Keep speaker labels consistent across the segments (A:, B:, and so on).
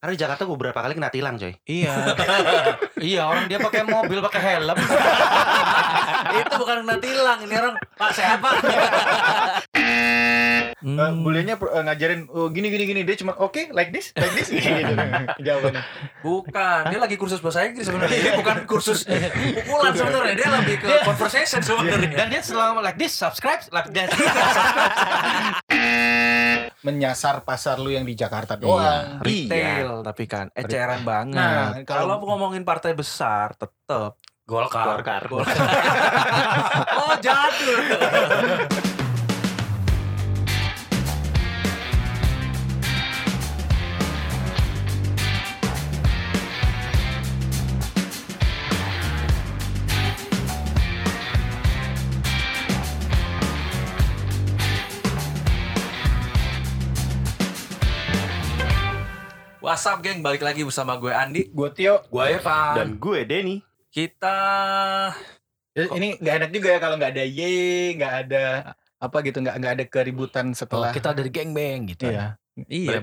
A: Karena di Jakarta gue beberapa kali kena tilang coy.
B: Iya. iya, orang dia pakai mobil, pakai helm.
C: itu bukan kena tilang ini orang pak sehat pak
B: Hmm.
D: Eh, buliannya eh, ngajarin oh, gini gini gini dia cuma oke like this like this gitu jawabannya
C: bukan dia lagi kursus bahasa Inggris sebenarnya ini bukan kursus pukulan sebenarnya dia lebih ke conversation sebenarnya Iya,
B: Dan dia selama like this, subscribe, like that.
D: menyasar pasar lu yang di Jakarta doang
B: Retail, tapi kan eceran banget.
D: nah
C: kalau
D: kalau
C: ngomongin partai besar tetap Golkar
A: Golkar.
C: oh jadul What's up geng, balik lagi bersama gue Andi
D: gue Tio
C: Gue Evan
A: Dan gue Denny.
C: Kita
D: Eh, ini nggak enak juga ya kalau nggak ada ye nggak ada apa gitu nggak nggak ada
B: Oh,
D: keributan setelah
B: kita dari gangbang gitu.
D: iya
B: Iya,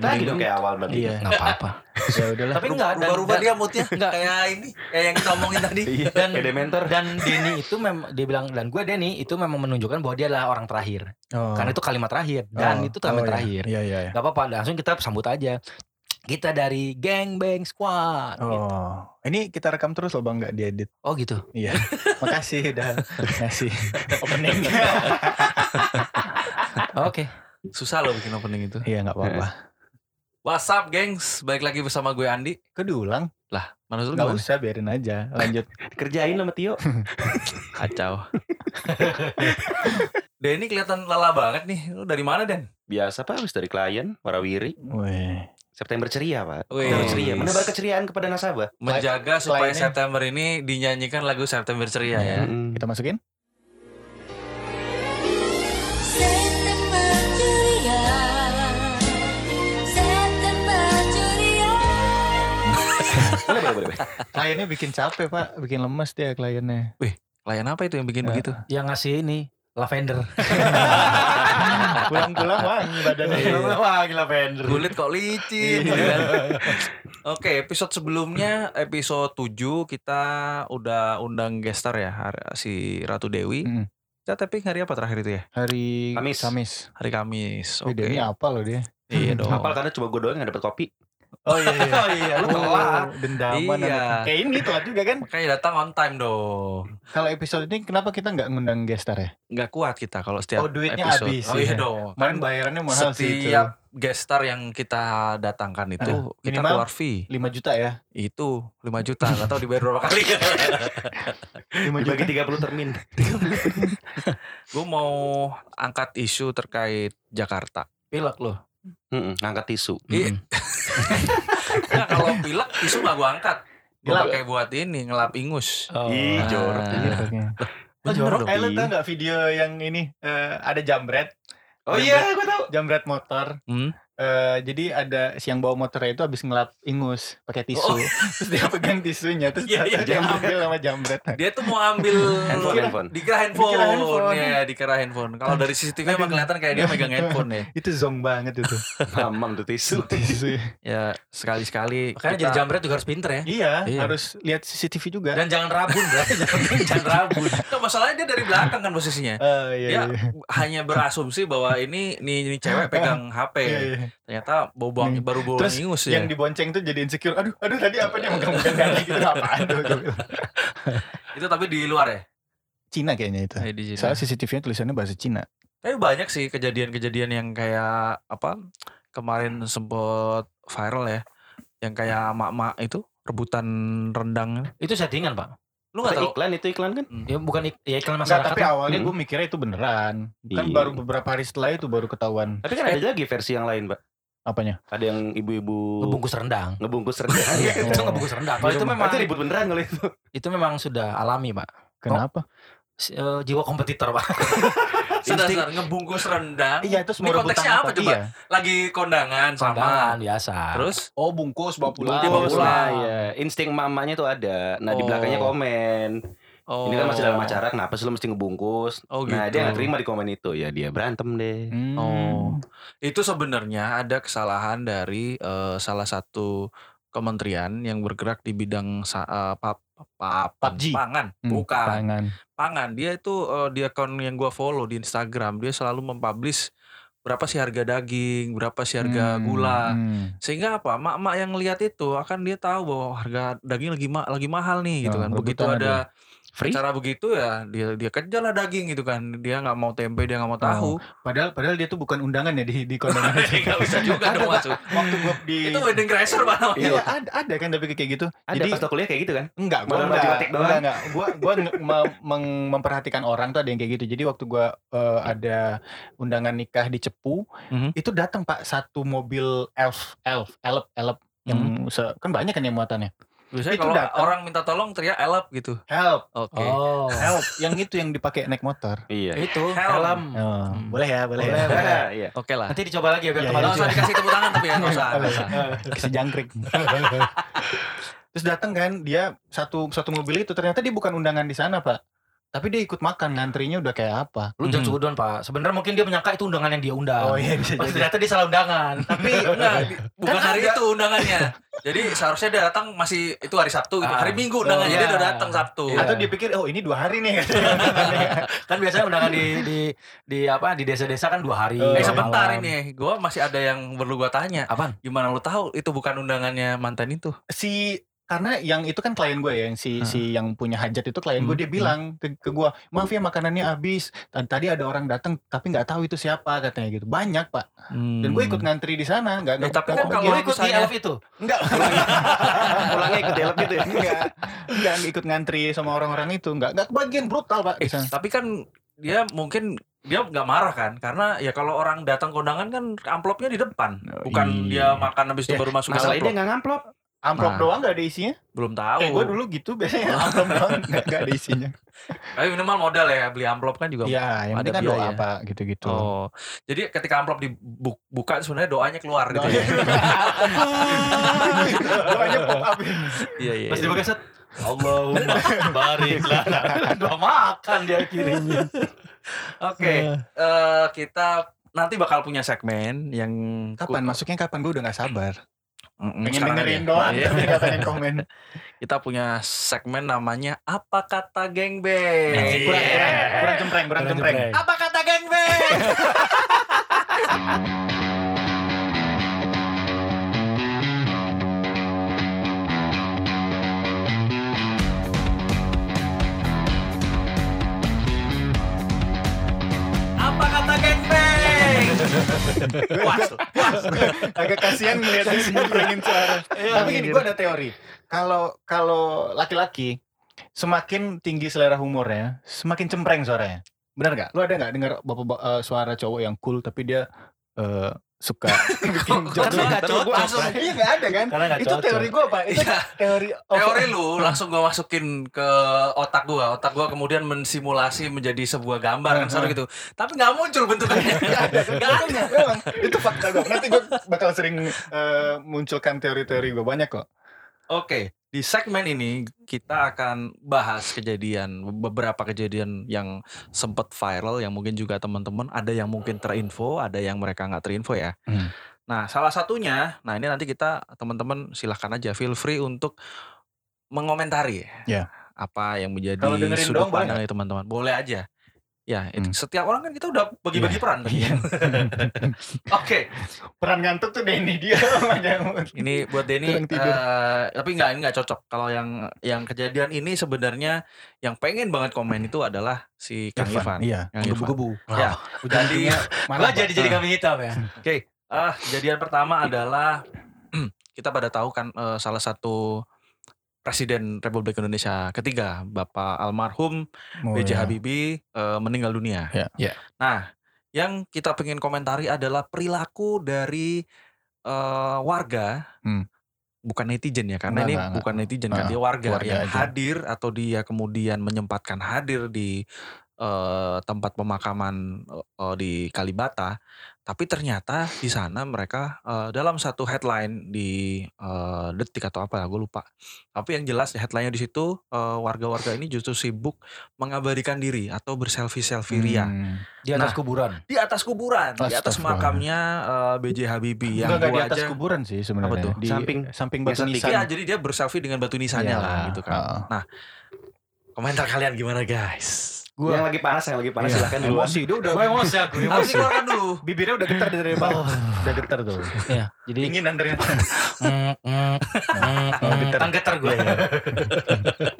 A: Balik lagi dong
B: mending-
A: kayak awal berarti.
D: iya
B: nggak apa-apa.
D: ya udahlah
B: tapi enggak dan,
C: rubah-rubah
B: dan-
C: dia moodnya
B: Enggak.
C: Kayak ini, kayak yang kita omongin tadi
A: Iya.
B: dan
A: Kayak Dementor.
B: dan Denny itu memang dia bilang dan gue Denny itu memang menunjukkan bahwa dia adalah orang terakhir.
D: Oh.
B: Karena itu kalimat terakhir dan
D: Oh.
B: itu kalimat
D: Oh, iya.
B: terakhir.
D: iya iya iya.
B: Gak apa-apa, langsung kita sambut aja. Kita dari Gang Bang Squad. gitu.
D: oh ini kita rekam terus loh bang nggak diedit
B: Oh gitu.
D: iya makasih udah ngasih opening
B: Oke.
C: Susah loh bikin opening itu
D: iya nggak apa-apa
C: What's up gengs, balik lagi bersama gue Andi
D: kedulang
C: Mana lu
D: nggak
C: gimana?
D: usah biarin aja lanjut
A: Kerjain sama Tio.
C: Kacau Denny kelihatan lala banget nih Lu dari mana Den?
A: Biasa Pak, habis dari klien, warawiri.
D: Weh.
A: September ceria Pak.
C: Wih.
A: Terus ceria. Menebar keceriaan kepada nasabah.
C: Menjaga supaya
D: Kliennya.
C: September ini dinyanyikan lagu September Ceria ya
A: Mm-mm.
D: kita masukin
E: September ceria, September ceria.
A: Boleh, boleh, boleh.
D: kliennya bikin capek pak bikin lemes dia kliennya
C: Layan apa itu yang
D: Ya.
C: bikin begitu?
B: Yang ngasih ini lavender.
D: pulang-pulang wangi badannya
B: Wah, gila lavender.
C: Kulit kok licin gitu kan. Oke, episode sebelumnya episode 7 kita udah undang gestar ya hari- si Ratu Dewi.
D: Mm.
C: Kita tapping hari apa terakhir itu ya?
D: hari
A: Kamis.
D: Kamis
C: Hari Kamis.
D: Wih,
C: Oke.
D: Denny apa loh dia
C: Iya dong.
A: Apal karena cuma gue doang yang dapet kopi.
D: oh iya iya
B: iya,
D: lu telat dendaman
C: Iya.
D: anak. kayak ini telat juga kan
C: Makanya datang on time dong.
D: kalau episode ini kenapa kita nggak ngundang gestar ya
C: Nggak kuat kita kalau setiap
D: Oh, duitnya
C: episode.
D: habis,
C: Oh iya
D: iya.
C: dong. Kan
D: kemarin bayarannya mahal sih itu
C: setiap gestar yang kita datangkan itu
D: Ah,
C: kita
D: minimal.
C: keluar fee
D: 5 juta ya
C: itu 5 juta nggak tahu dibayar berapa kali
D: 5
A: Dibagi 30 termin.
C: gue mau angkat isu terkait Jakarta
B: Pilek loh.
A: Mm-mm, Ngangkat tisu.
C: Iya. Nah, kalau pilek isu nggak gue angkat. Gue
D: Gelap.
C: pakai buat ini ngelap ingus.
B: Oh.
A: Ih,
D: iya,
C: Ah.
A: jorok.
C: Jorok
D: Eh lu tau gak video yang ini eh, Ada jambret
A: Oh iya, gue tau.
D: Jambret motor
C: Hmm?
D: Eh, Jadi ada si yang bawa motornya itu Abis ngelap ingus pakai tisu
C: Oh.
D: Terus dia pegang tisunya Terus
C: Iya, iya,
D: dia
C: iya.
D: ambil sama jambret
C: Dia tuh mau ambil
A: Handphone, handphone.
C: Dikira handphone.
D: Dikira handphone.
C: Ya, dikira handphone. Kalau dari CCTV emang
D: Aduh.
C: kelihatan kayak dia megang handphone ya.
D: Itu zong banget itu
A: Mamang tuh tisu.
D: Tisu.
C: Ya sekali-sekali.
B: Makanya jadi
C: kita-
B: jambret juga harus pinter ya.
D: Iya,
C: Iya.
D: harus lihat CCTV juga.
B: Dan jangan rabun berarti jangan, jangan rabun.
C: Tuh, masalahnya dia dari belakang kan posisinya.
D: Eh, iya,
C: Dia
D: iya.
C: hanya berasumsi bahwa ini ini, ini cewek pegang HP.
D: Iya, iya.
C: Ternyata bau buang
D: Nih.
C: baru bau
D: Terus
C: ingus ya.
D: Yang dibonceng tuh jadi insecure. Aduh, aduh tadi apa dia megang-megang kaki gitu apaan tuh. gua bilang.
C: Itu tapi di luar ya.
D: Cina kayaknya itu.
A: Iya,
C: Eh, di sini.
D: Soalnya CCTV-nya tulisannya bahasa Cina.
C: Tapi banyak sih kejadian-kejadian yang kayak apa kemarin sempat viral ya, yang kayak mak-mak itu rebutan rendang.
B: Itu settingan pak.
C: Lu nggak tahu?
A: Iklan itu iklan kan?
B: Ya bukan ik- ya iklan
D: Enggak,
B: masyarakat.
D: tapi
B: lah.
D: awalnya
A: Hmm.
D: gue mikirnya itu beneran. Kan
A: Iya.
D: baru beberapa hari setelah itu baru ketahuan
A: Tapi kan ada lagi versi yang lain, Pak.
D: apanya.
A: Ada yang ibu-ibu
B: Ngebungkus rendang.
A: ngebungkus rendang.
B: Iya, itu
D: Oh.
B: ngebungkus rendang. Kalau
A: gitu.
B: itu
A: Itu
B: memang
A: memang ribut beneran kalau itu.
B: itu memang sudah alami pak.
D: Kenapa?
B: Si- eh, jiwa kompetitor pak.
C: Sudah
A: Insting-
C: sudah, ngebungkus rendang
D: Iya, terus
C: Ini
D: mau rebutan
C: konteksnya apa
D: tadi
C: coba?
D: ya?
C: lagi kondangan sama.
B: Kondangan biasa.
C: Terus
D: Oh, bungkus bawa pulang.
C: Dia bawa
A: Bagus
C: pulang.
A: lah, ya. Insting mamanya tuh ada. Nah, di
C: Oh.
A: belakangnya komen.
C: oh,
A: Ini kan masih dalam acara, kenapa sih lu mesti ngebungkus?
C: Oh gitu.
A: Nah, dia nggak terima di komen itu. Ya, dia berantem deh.
D: Hmm.
C: Oh. Itu sebenarnya ada kesalahan dari eh, salah satu kementerian yang bergerak di bidang sa, eh, pa-
F: Ah,
C: pa-
D: PUBG.
C: pangan,
F: Hmm,
C: bukan
F: Tangan.
C: pangan. Dia itu eh, di akun yang gua follow di Instagram, dia selalu mempublish berapa sih harga daging, berapa sih harga
F: Hmm,
C: gula.
F: hmm.
C: Sehingga apa? Mak-mak yang lihat itu akan dia tahu bahwa harga daging lagi ma- lagi mahal nih gitu
F: Oh,
C: kan. Begitu
F: rebutan
C: ada
A: Free?
C: cara begitu ya dia dia kejar lah daging gitu kan. Dia nggak mau tempe, dia nggak
F: Oh.
C: mau tahu.
D: Padahal padahal dia tuh bukan undangan ya di di kondangan.
C: Nggak bisa juga dong masuk.
D: Waktu gue di
C: Itu wedding crasher Pak. namanya.
D: Iya, ada, ada kan tapi kayak gitu.
A: Ada
D: Jadi-
A: pas lo kuliah kayak gitu kan?
D: Enggak, gua
A: Modal
D: enggak,
A: batik-batik doang.
D: enggak, enggak. Gua gua nge- me- meng- memperhatikan orang tuh ada yang kayak gitu. Jadi waktu gua eh, ada undangan nikah di Cepu,
C: Mhm.
D: itu datang Pak satu mobil elf, elf, elf, elf yang se- kan banyak kan yang muatannya.
C: Biasanya
D: Itu
C: kalau
D: datang.
C: orang minta tolong teriak elap gitu.
D: Help,
C: Oke.
B: Oh.
D: help, yang itu yang dipakai naik motor.
A: Iya.
B: Itu
C: Helm.
B: helm.
D: Oh,
C: Hmm.
D: Boleh ya, boleh.
B: Boleh,
D: ya.
B: boleh.
A: Iya.
C: Oke lah.
B: Nanti dicoba lagi ya biar
D: Iya,
B: teman
C: Nggak
D: iya,
C: usah
D: lucu.
C: dikasih tepuk tangan tapi ya nggak
D: Iya.
C: usah. nggak usah.
D: si jangkrik. Terus datang kan dia satu satu mobil itu ternyata dia bukan undangan di sana, Pak. Tapi dia ikut makan ngantrinya udah kayak apa?
B: Lu jangan sudon pak. Sebenarnya mungkin dia menyangka itu undangan yang dia undang.
D: Oh iya bisa
B: Pas
D: jadi.
B: ternyata dia salah undangan.
C: Tapi enggak, di- bukan
B: Kan
C: hari
B: ada-
C: itu undangannya. Jadi seharusnya dia datang masih itu hari Sabtu gitu.
B: Ah.
C: Hari Minggu undangannya
B: Oh,
C: dia
B: iya.
C: udah datang Sabtu.
B: Iya.
D: Atau dia pikir oh ini dua hari nih.
B: kan biasanya undangan di di di apa di desa-desa kan dua hari. dua
D: Eh,
C: Eh sebentar
B: malam.
C: ini, gua masih ada yang perlu gua tanya.
B: Apaan?
C: Gimana lu tahu itu bukan undangannya mantan itu?
D: si karena yang itu kan klien gue ya yang si si yang punya hajat itu klien gue
C: Hmm,
D: dia bilang ke, ke gue maaf ya makanannya habis Tan- tadi ada orang datang tapi nggak tahu itu siapa katanya gitu banyak pak dan gue ikut ngantri di sana nggak
C: Eh, tapi kan
D: nggak-
B: Lu
C: kalau
B: ikut di
C: misalnya-
B: elf itu.
D: nggak
A: Pulangnya ikut dialog gitu ya.
D: nggak nggak ikut ngantri sama orang-orang itu nggak nggak kebagian brutal pak
C: Eh,
D: di sana
C: tapi kan dia mungkin dia nggak marah kan karena ya kalau orang datang kondangan kan amplopnya di depan
D: Oh,
C: bukan
A: iya.
C: dia makan habis itu
D: Ya,
C: baru masuk ke
A: Masalahnya dia
C: amplop
A: nggak ngamplop.
D: amplop
C: Nah. Oh.
D: doang nggak ada isinya
C: belum tahu
D: kayak gue dulu gitu biasanya amplop doang nggak nggak ada isinya
C: tapi minimal modal ya beli amplop kan juga
D: ya yang
C: Ada
D: penting kan
C: biaya.
D: doa pak gitu-gitu
C: oh jadi ketika amplop dibuka sebenarnya doanya keluar gitu
D: Doanya-
C: ya
D: doanya pop up
C: iya iya
B: Pas dibuka set. Allahumma barik lana. Dua makan dia kirinya.
C: oke
D: Iya.
C: eh, kita nanti bakal punya segmen yang
D: kapan masuknya kapan gue udah nggak sabar
C: Mm-mm,
D: pengen
C: sekarang
D: dengerin
C: aja.
D: doang
C: Iya.
D: tapi nggak pengen komen
C: kita punya segmen namanya apa kata gengbeng
D: Nah, kurang ya.
C: Iya.
D: kurang kurang cempreng kurang cempreng
C: Apa kata geng beng? Apa kata geng beng? Puas, puas.
D: agak kasihan ngeliat dia cemprengin suara
C: Iya.
D: tapi gini gue ada teori kalau kalau laki-laki semakin tinggi selera humornya semakin cempreng suaranya benar nggak lu ada nggak dengar bapak eh, suara cowok yang cool tapi dia eh, suka bikin
C: Kok-
D: joke?
C: kok nggak
D: Tapi gua
C: cocok,
D: langsung,
C: Pak?
D: iya nggak ada kan
B: Karena nggak
D: itu
B: cocok.
D: teori gue pak itu
C: Iya.
D: teori of-
C: Teori lu langsung gua masukin ke otak gua, otak gua kemudian mensimulasi menjadi sebuah gambar kan selalu gitu. Tapi nggak muncul bentukannya. Nggak ada.
D: Memang, itu fakta gue nanti gue bakal sering eh, munculkan teori-teori gue banyak kok
C: Oke, di segmen ini kita akan bahas kejadian beberapa kejadian yang sempat viral yang mungkin juga teman-teman ada yang mungkin terinfo, ada yang mereka nggak terinfo ya.
D: Hmm.
C: Nah, salah satunya, nah ini nanti kita teman-teman silahkan aja feel free untuk mengomentari
D: Ya.
C: apa yang menjadi
D: Kalau dengerin
C: sudut
D: doang boleh
C: pandang dari teman-teman. Boleh aja. Ya,
D: Hmm.
C: itu
D: Iya.
C: setiap orang kan kita udah bagi-bagi peran tadi. Oke,
D: peran ngantuk tuh Denny dia sama yang-
C: ini buat Denny
D: Kurang tidur.
C: eh, tapi nggak ini nggak cocok kalau yang yang kejadian ini sebenarnya yang pengen banget komen itu adalah si Kang Ivan
D: Iya.
C: Kang Ivan.
B: Gebu-gebu.
C: Ya, jadi
B: Gua jadi jadi kami hitam ya.
C: ah kejadian pertama adalah hmm, kita pada tahu kan eh, salah satu Presiden Republik Indonesia ketiga Bapak almarhum
D: Oh,
C: B.J.
D: iya.
C: Habibie eh, meninggal dunia.
D: Ya.
F: Ya.
C: Nah, yang kita pengen komentari adalah perilaku dari eh, warga,
D: Hmm.
C: bukan netizen ya, karena
D: Enggak,
C: ini
D: enggak, enggak.
C: bukan netizen kan,
D: Ah,
C: dia warga,
D: keluarga
C: yang
D: aja.
C: hadir atau dia kemudian menyempatkan hadir di eh, tempat pemakaman eh, eh, di e, Kalibata. Tapi ternyata di sana mereka eh, dalam satu headline di eh, detik atau apa ya gue lupa. Tapi yang jelas headline-nya di situ eh, warga-warga ini justru sibuk mengabadikan diri atau berselfie-selfie ria
D: Hmm.
B: Di atas kuburan.
C: di atas kuburan, di atas
D: Astagfirullah.
C: makamnya eh, BJ Habibie
D: Enggak,
C: yang
D: enggak di
C: gua
D: atas
C: aja-
D: kuburan sih sebenarnya.
C: Apa tuh?
D: Di
A: Samping.
D: samping batu
A: Yang sedikit
C: Iya,
D: nisan.
C: jadi dia berselfie dengan batu nisannya lah
D: Iya.
C: gitu kan.
D: Ah.
C: Komentar kalian gimana guys?
D: Gua-
A: yang lagi panas yang lagi panas
D: Iya.
A: silahkan dulu.
D: emosi dia udah
B: Gue emosi aku,
C: Harus
B: emosi.
C: dikeluarkan dulu.
D: bibirnya udah getar dari bawah. udah getar tuh.
B: Iya, jadi
D: Dinginan ternyata.
B: Tanggeter. Tanggeter gue.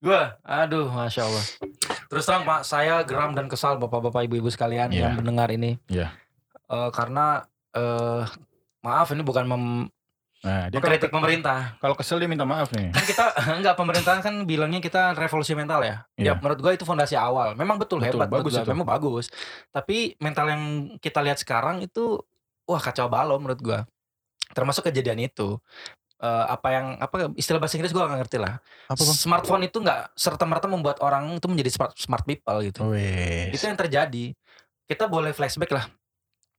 B: gue, aduh, masya Allah. Terus terang Pak, saya geram dan kesal bapak-bapak ibu-ibu sekalian
D: Iya.
B: yang mendengar ini.
D: Iya.
B: Eh, karena eh maaf ini bukan mem-
D: Nah, dia kalau,
B: mengkritik pemerintah.
D: kalau kesel dia minta maaf nih.
B: Kan kita enggak pemerintah kan bilangnya kita revolusi mental ya. Ya
D: Iya.
B: menurut gua itu fondasi awal. Memang betul,
D: Betul,
B: hebat menurut
D: bagus
B: gua.
D: itu.
B: memang bagus. Tapi mental yang kita lihat sekarang itu wah kacau balau menurut gua. Termasuk kejadian itu. Eh, apa yang apa istilah bahasa Inggris gua gak ngerti lah.
D: Apa
B: smartphone itu nggak serta merta membuat orang itu menjadi smart smart people
D: Oh,
B: gitu.
D: iya.
B: Itu yang terjadi. Kita boleh flashback lah.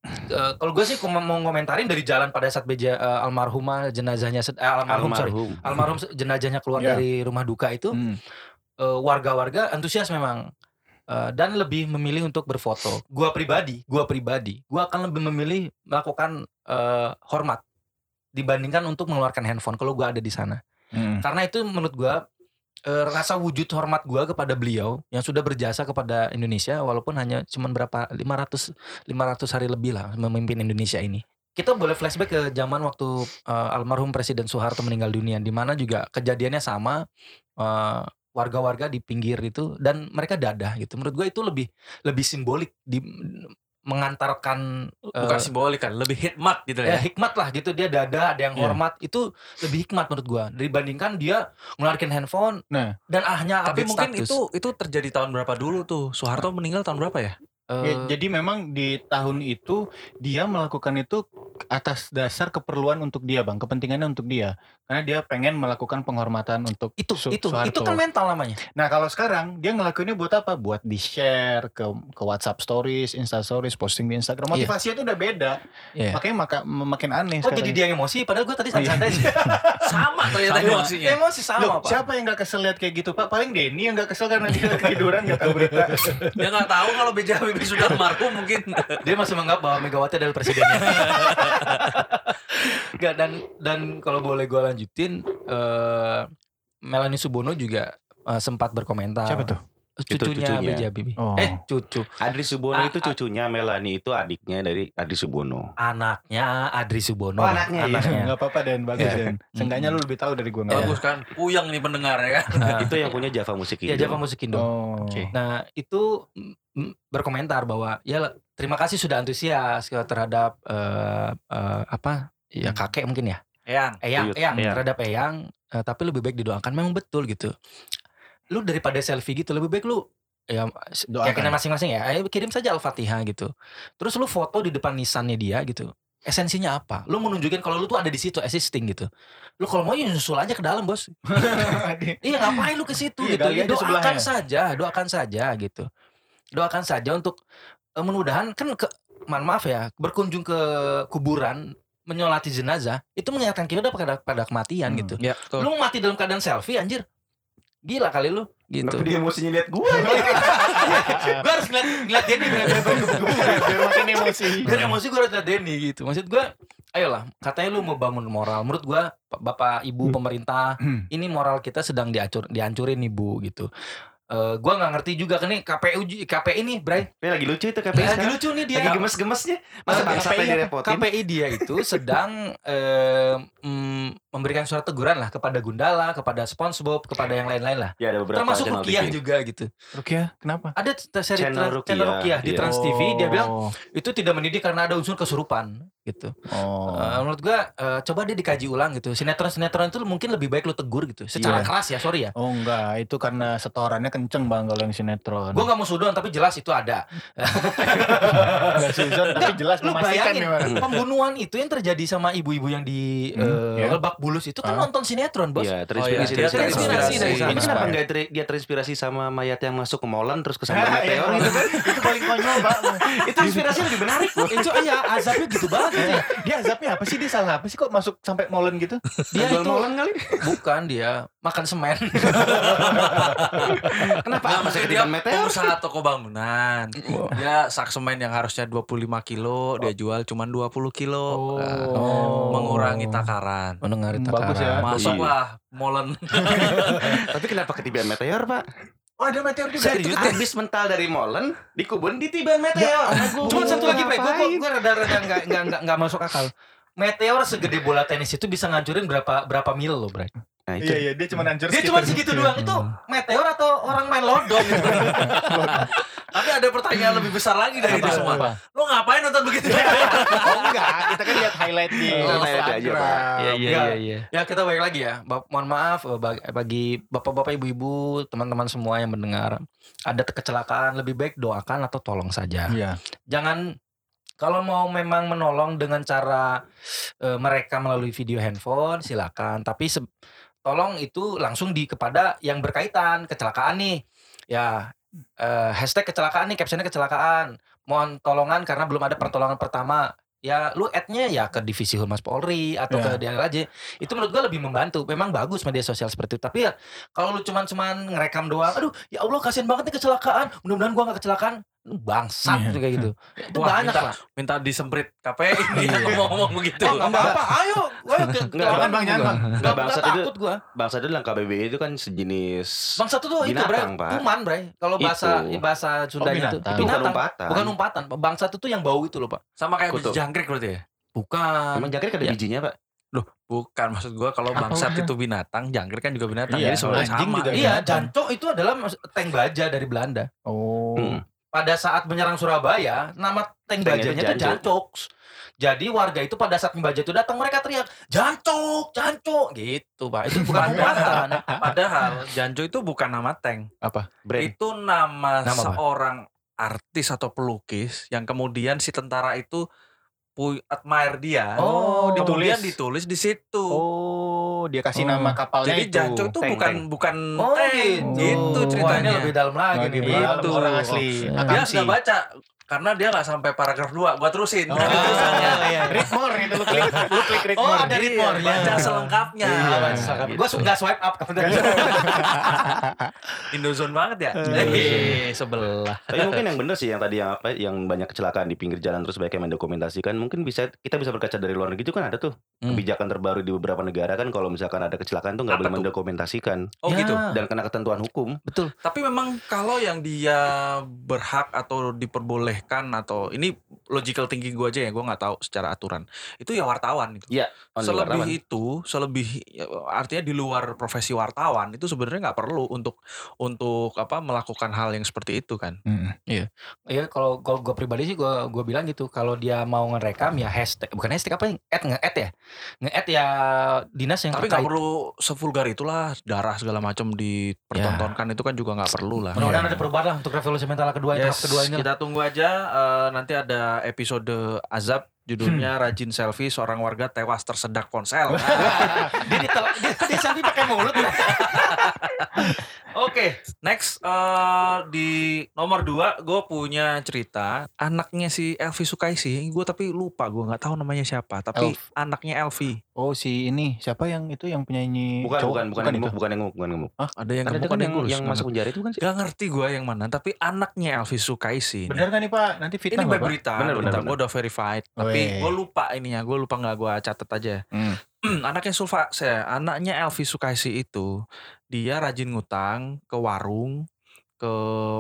B: Eh, kalau gue sih kom- mau ngomentarin dari jalan pada saat beja eh, almarhumah jenazahnya sed- eh, almarhum, sorry
A: Almarhum.
B: almarhum se- jenazahnya keluar
D: Iya.
B: dari rumah duka itu eh, warga-warga antusias memang Eh, dan lebih memilih untuk berfoto. Gua pribadi, gua pribadi, gua akan lebih memilih melakukan eh, hormat dibandingkan untuk mengeluarkan handphone kalau gua ada di sana
D: Hmm.
B: karena itu menurut gua eh, rasa wujud hormat gua kepada beliau yang sudah berjasa kepada Indonesia walaupun hanya cuman berapa 500 500 hari lebih lah memimpin Indonesia ini kita boleh flashback ke zaman waktu eh, almarhum Presiden Soeharto meninggal dunia di mana juga kejadiannya sama eh, warga-warga di pinggir itu dan mereka dadah gitu menurut gua itu lebih lebih simbolik di mengantarkan eh,
C: Bukan simbolik kan, lebih hikmat gitu
B: ya
C: ya.
B: hikmat lah gitu dia dada ada yang
D: Iya.
B: hormat itu lebih hikmat menurut gua dibandingkan dia ngeluarin handphone
D: Nah.
B: dan ahnya
C: Tapi
B: update
C: mungkin
B: status.
C: itu itu terjadi tahun berapa dulu tuh? Soeharto meninggal tahun berapa ya?
B: Eh,
D: Ya, jadi memang di tahun itu dia melakukan itu atas dasar keperluan untuk dia bang, kepentingannya untuk dia, karena dia pengen melakukan penghormatan untuk
B: itu
D: Su-
B: itu itu
D: Soeharto.
B: kan mental namanya
D: Nah kalau sekarang dia ngelakuinnya buat apa? Buat di share ke ke WhatsApp Stories, Insta Stories, posting di Instagram.
B: Iya.
D: Motivasinya itu udah beda.
B: Iya.
D: Makanya maka, makin aneh.
B: kok Oh, jadi dia yang emosi padahal gua tadi
D: Iya.
B: santai-santai aja
C: Sama ternyata
B: Sama.
C: emosinya.
B: emosi sama pak
D: siapa yang gak kesel lihat kayak gitu pak? Paling Denny yang gak kesel karena dia ketiduran gak tahu berita.
C: Dia nggak tahu kalau BJ Habibie sudah marhum mungkin.
B: dia masih menganggap bahwa Megawati adalah presidennya Enggak, dan dan kalau boleh gua lanjutin eh Melanie Subono juga eh, sempat berkomentar
D: tuh?
B: cucunya
A: Cucu-cucunya.
B: B.J. Habibie
D: Oh.
B: eh cucu
A: Adri Subono
B: Ah,
A: itu cucunya Melani itu adiknya dari Adri Subono.
B: anaknya Adri
D: Oh,
B: Subono
D: Gak apa-apa Dan, bagus
B: Iya.
D: Dan. Seenggaknya lu lebih tahu dari gue. nggak
C: Bagus kan? Puyeng nih pendengar ya kan.
B: Nah,
A: Itu yang punya Java Musik
B: ya
A: Indo.
B: Java Musik
D: apa-apa.
B: Indo
D: Oh.
A: Oke.
B: Nah itu mm, mm, berkomentar bahwa ya terima kasih sudah antusias ke- terhadap eh, eh, apa ya kakek mungkin ya
C: Eyang.
B: eyang
A: Buyut.
B: eyang
A: Eyang.
B: terhadap eyang eh, tapi lebih baik didoakan memang betul gitu. Lu daripada selfie gitu lebih baik lu ya s-
D: Doakan.
B: keyakinan masing-masing ya ayo kirim saja al-fatihah gitu. Terus lu foto di depan nisannya dia gitu. Esensinya apa? Lu menunjukkan kalau lu tuh ada di situ existing gitu. Lu kalau mau ya nyusul aja ke dalam, Bos. Iya ngapain lu ke situ
D: Iya,
B: gitu?
D: gali
B: Ya,
D: aja
B: doakan
D: sebelahnya.
B: saja, doakan saja gitu. Doakan saja untuk eh, mudah-mudahan kan ke mohon maaf ya, berkunjung ke kuburan menyolati jenazah itu mengingatkan kita pada pada kematian
D: Hmm,
B: gitu.
C: Ya, betul.
B: Lu mati dalam keadaan selfie anjir. Gila kali lu
A: Tapi
B: gitu.
A: dia emosinya lihat gue.
B: gue harus ngeliat, ngeliat Denny ngeliat dia
D: Biar makin emosi.
B: Biar emosi gue harus ngeliat Denny gitu. Maksud gue ayolah katanya lu mau bangun moral. Menurut gue bapak ibu
D: Hmm.
B: pemerintah ini moral kita sedang diacur dihancurin nih bu gitu Eh gua nggak ngerti juga kan nih KPU ju- KPI nih Bray
A: Dia lagi lucu itu KPI
B: lagi
A: Nah, sekarang.
B: lucu iya. nih dia
A: Lagi gemes-gemesnya. Masa
B: Eh,
A: bangsa
B: KPI
A: tadi repotin.
B: KPI dia itu sedang eh, mm, memberikan surat teguran lah kepada Gundala kepada SpongeBob kepada yang lain-lain lah
A: Ya ada beberapa
B: termasuk
A: channel
B: Rukiah
A: TV.
B: juga gitu
D: Rukia, kenapa?
B: ada t- seri
A: Channel
B: channel,
A: Rukiah,
B: channel Rukiah di
A: iya.
B: Trans TV dia bilang itu tidak mendidik karena ada unsur kesurupan gitu
D: Oh.
B: Eh, menurut gua eh, coba dia dikaji ulang gitu sinetron-sinetron itu mungkin lebih baik lu tegur gitu secara
D: Iya.
B: keras ya sorry ya
D: Oh enggak, itu karena setorannya kenceng bang kalau yang sinetron.
B: Gue gak mau sudon tapi jelas itu ada.
D: enggak season tapi jelas
B: Lu
D: memastikan
B: bayangin
D: nih, Bang.
B: pembunuhan itu yang terjadi sama ibu-ibu yang di
D: Hmm,
B: eh,
D: ya.
B: Lebak Bulus itu kan
D: Hah?
B: nonton sinetron, Bos.
A: Ah. Iya, terinspirasi dari
C: iya, dia
A: sana.
B: terinspirasi dari sana.
A: Ini kenapa
D: Oh, Iya.
A: nggak ter- dia terinspirasi sama mayat yang masuk ke molan terus kesambar
D: Hah,
A: meteor
D: iya.
A: gitu kan?
D: itu paling konyol pak
A: Itu inspirasi lebih menarik.
B: itu iya, azabnya gitu banget.
D: Iya. dia azabnya apa sih dia salah apa sih kok masuk sampai molen gitu
B: Dia
A: Jual
B: itu
A: molen kali.
B: bukan dia makan semen.
A: Kenapa?
C: Nggak,
A: Masa
C: maksudnya dia
A: ketiban meteor?
C: pengusaha toko bangunan. dia saksemen yang harusnya 25 kilo, dia jual cuma 20 kilo. Nah,
B: Oh.
C: Mengurangi takaran.
B: Mendengar
D: Hmm, bagus
B: takaran.
D: ya.
C: Masuklah molen.
A: Tapi kenapa ketiban meteor, Pak?
D: oh ada meteor
A: Juga itu habis mental dari molen, dikubun ditiban
D: Ya
A: meteor. Agung,
B: Cuma satu lagi, Pak. Gue
A: ngapain?
B: gue rada-rada nggak nggak nggak nggak masuk akal. Meteor segede bola tenis itu bisa ngancurin berapa berapa mil loh, Bray.
A: Nah, itu.
D: iya iya dia cuma hancur
B: Dia cuma segitu doang itu
A: Hmm.
B: meteor atau orang main lodong gitu.
C: Tapi ada pertanyaan lebih besar lagi dari
B: Apa?
C: itu semua.
B: Apa?
C: Lo ngapain nonton begitu?
D: oh enggak kita kan lihat highlight di
A: Oh, highlight aja, Pak. Iya, iya,
B: Nggak.
A: iya, iya.
B: Ya kita balik lagi ya. Ba- mohon maaf eh, bag- bagi bapak-bapak, ibu-ibu, teman-teman semua yang mendengar. Ada te- kecelakaan lebih baik doakan atau tolong saja.
D: Iya.
B: Jangan kalau mau memang menolong dengan cara eh, mereka melalui video handphone silakan. Tapi se- tolong itu langsung di kepada yang berkaitan kecelakaan nih. Ya eh, hashtag kecelakaan nih captionnya kecelakaan. Mohon tolongan karena belum ada pertolongan pertama. Ya lu add-nya ya ke divisi Humas Polri atau
D: Ya.
B: ke daerah aja itu menurut gua lebih membantu memang bagus media sosial seperti itu tapi ya kalau lu cuman cuman ngerekam doang aduh ya Allah kasihan banget nih kecelakaan mudah-mudahan gua nggak kecelakaan Lu bangsat
D: Iya.
B: tuh kayak gitu itu
C: Wah,
B: banyak
C: minta-
B: lah
C: Minta disemprit KPI ngomong begitu.
B: Wah, Oh, nggak apa-apa ayo ayo ke
A: Nggak,
B: kecelakaan
D: Bang,
B: juga.
D: jangan,
B: Nggak-
A: Nggak,
B: nggak
A: bangsat itu-
B: takut gua
A: Bangsa itu dalam KBBI itu kan sejenis
B: bangsat itu tuh itu bray
A: Binatang, Pak.
B: kuman bray kalau bahasa
A: Itu.
B: bahasa Sunda itu
D: binatang.
A: bukan
B: binatang
A: umpatan.
B: bukan umpatan bangsat itu tuh yang bau itu loh pak
C: Sama kayak biji
A: Kutu.
C: jangkrik berarti ya?
B: bukan
A: Emang jangkrik ada
B: Ya.
A: bijinya, Pak?
C: Bukan maksud gua kalau bangsat itu binatang, jangkrik kan juga binatang.
D: Iya,
C: Jadi sebenarnya
D: anjing
C: sama.
D: juga
B: iya
D: binatang.
B: jancok itu adalah mas- tank baja dari Belanda
D: oh
A: Hmm.
B: pada saat menyerang Surabaya, nama tank
A: Tanknya
B: bajanya
A: itu
B: itu
A: Jancok.
B: Jancoks. Jadi warga itu pada saat membaca itu datang mereka teriak, "Jancok, Jancok." Gitu, Pak. Itu bukan umpatan.
C: Padahal Janjo itu bukan nama tank.
A: Brand.
C: Itu nama,
B: Nama apa?
C: seorang artis atau pelukis yang kemudian si tentara itu pu admire dia.
B: Oh,
C: kemudian
D: ditulis.
C: ditulis di situ.
D: oh dia kasih
B: Oh.
D: nama kapalnya
C: Jadi
D: itu
C: Janjo itu
A: tank,
C: bukan
A: tank.
C: bukan
B: Oh,
C: tank.
B: gitu.
C: Gitu
B: Wah, ini
C: ceritanya.
B: lebih dalam lagi
D: Lagi
B: nih. Gitu.
C: dalam.
D: dalam
C: Itu.
D: orang asli
B: Dia
C: Dia
D: akamsi
C: sudah baca karena dia nggak sampai paragraf 2 gua terusin Gitu
D: Oh,
C: tulisannya.
D: iya. Read more itu lu klik, lu klik read
B: Oh,
D: more.
B: ada read more.
C: Iya, baca selengkapnya.
D: Iya.
B: Baca selengkap.
A: Gitu.
B: Gua su- nggak swipe up kemudian.
C: Indozone banget ya.
B: Eh, sebelah.
A: Tapi mungkin yang bener sih yang tadi yang apa yang banyak kecelakaan di pinggir jalan terus banyak yang mendokumentasikan mungkin bisa kita bisa berkaca dari luar negeri itu kan ada tuh
B: Hmm.
A: kebijakan terbaru di beberapa negara kan kalau misalkan ada kecelakaan tuh nggak
C: Apa
A: boleh
C: tuh?
A: mendokumentasikan
C: Oh
B: Ya.
C: gitu.
A: dan kena ketentuan hukum.
B: Betul.
C: Tapi memang kalau yang dia berhak atau diperbolehkan atau ini logical thinking gue aja ya, gue nggak tahu secara aturan. Itu ya
B: Oh,
C: wartawan itu.
A: Only
C: selebih
A: wartawan.
C: itu, selebih ya, artinya di luar profesi wartawan itu sebenarnya nggak perlu untuk untuk apa melakukan hal yang seperti itu kan.
B: Hmm. Iya, kalau kalau gua pribadi sih gua gua bilang gitu, kalau dia mau ngerekam ya hashtag, bukan hashtag apa yang add nge-add ya. Nge-add ya dinas yang
C: Tapi nggak
B: terkait.
C: perlu sevulgar itulah darah segala macam dipertontonkan itu kan juga nggak perlu lah.
B: Ya. Mudah-mudahan ada perubahan lah untuk revolusi mental kedua tahap
C: Yes,
B: kedua ini.
C: kita tunggu aja eh, nanti ada episode azab judulnya
B: Hmm.
C: rajin selfie seorang warga tewas tersedak ponsel.
B: dia ditel, dia, dia selfie pakai mulut.
C: Oke, next eh, di nomor 2 gue punya cerita anaknya si Elvi Sukaisi, gue tapi lupa gue nggak tahu namanya siapa, tapi
D: Elf.
C: anaknya Elvi
D: Oh si ini siapa yang itu yang penyanyi
A: Bukan,
D: cowok?
A: bukan, bukan, yang
D: itu.
A: gemuk, bukan yang gemuk, bukan yang gemuk.
C: ada yang
A: Kan ada
C: gemuk,
A: kan
C: ada
A: yang,
C: kurus,
A: yang
C: nggak
A: masuk penjara itu kan sih?
C: ngerti. Nggak ngerti gue yang mana, tapi anaknya Elvi Sukaisi. ini.
D: Bener kan nih Pak? Nanti
C: Ini
D: fitnah
C: by
D: Bapak.
C: berita,
A: Bener,
C: berita
A: bener,
C: gue udah verified,
D: Weh.
C: tapi gue lupa ininya, gue lupa nggak gue catat aja.
D: Hmm.
C: anaknya Sulfa saya anaknya Elvi Sukaisi itu dia rajin ngutang ke warung ke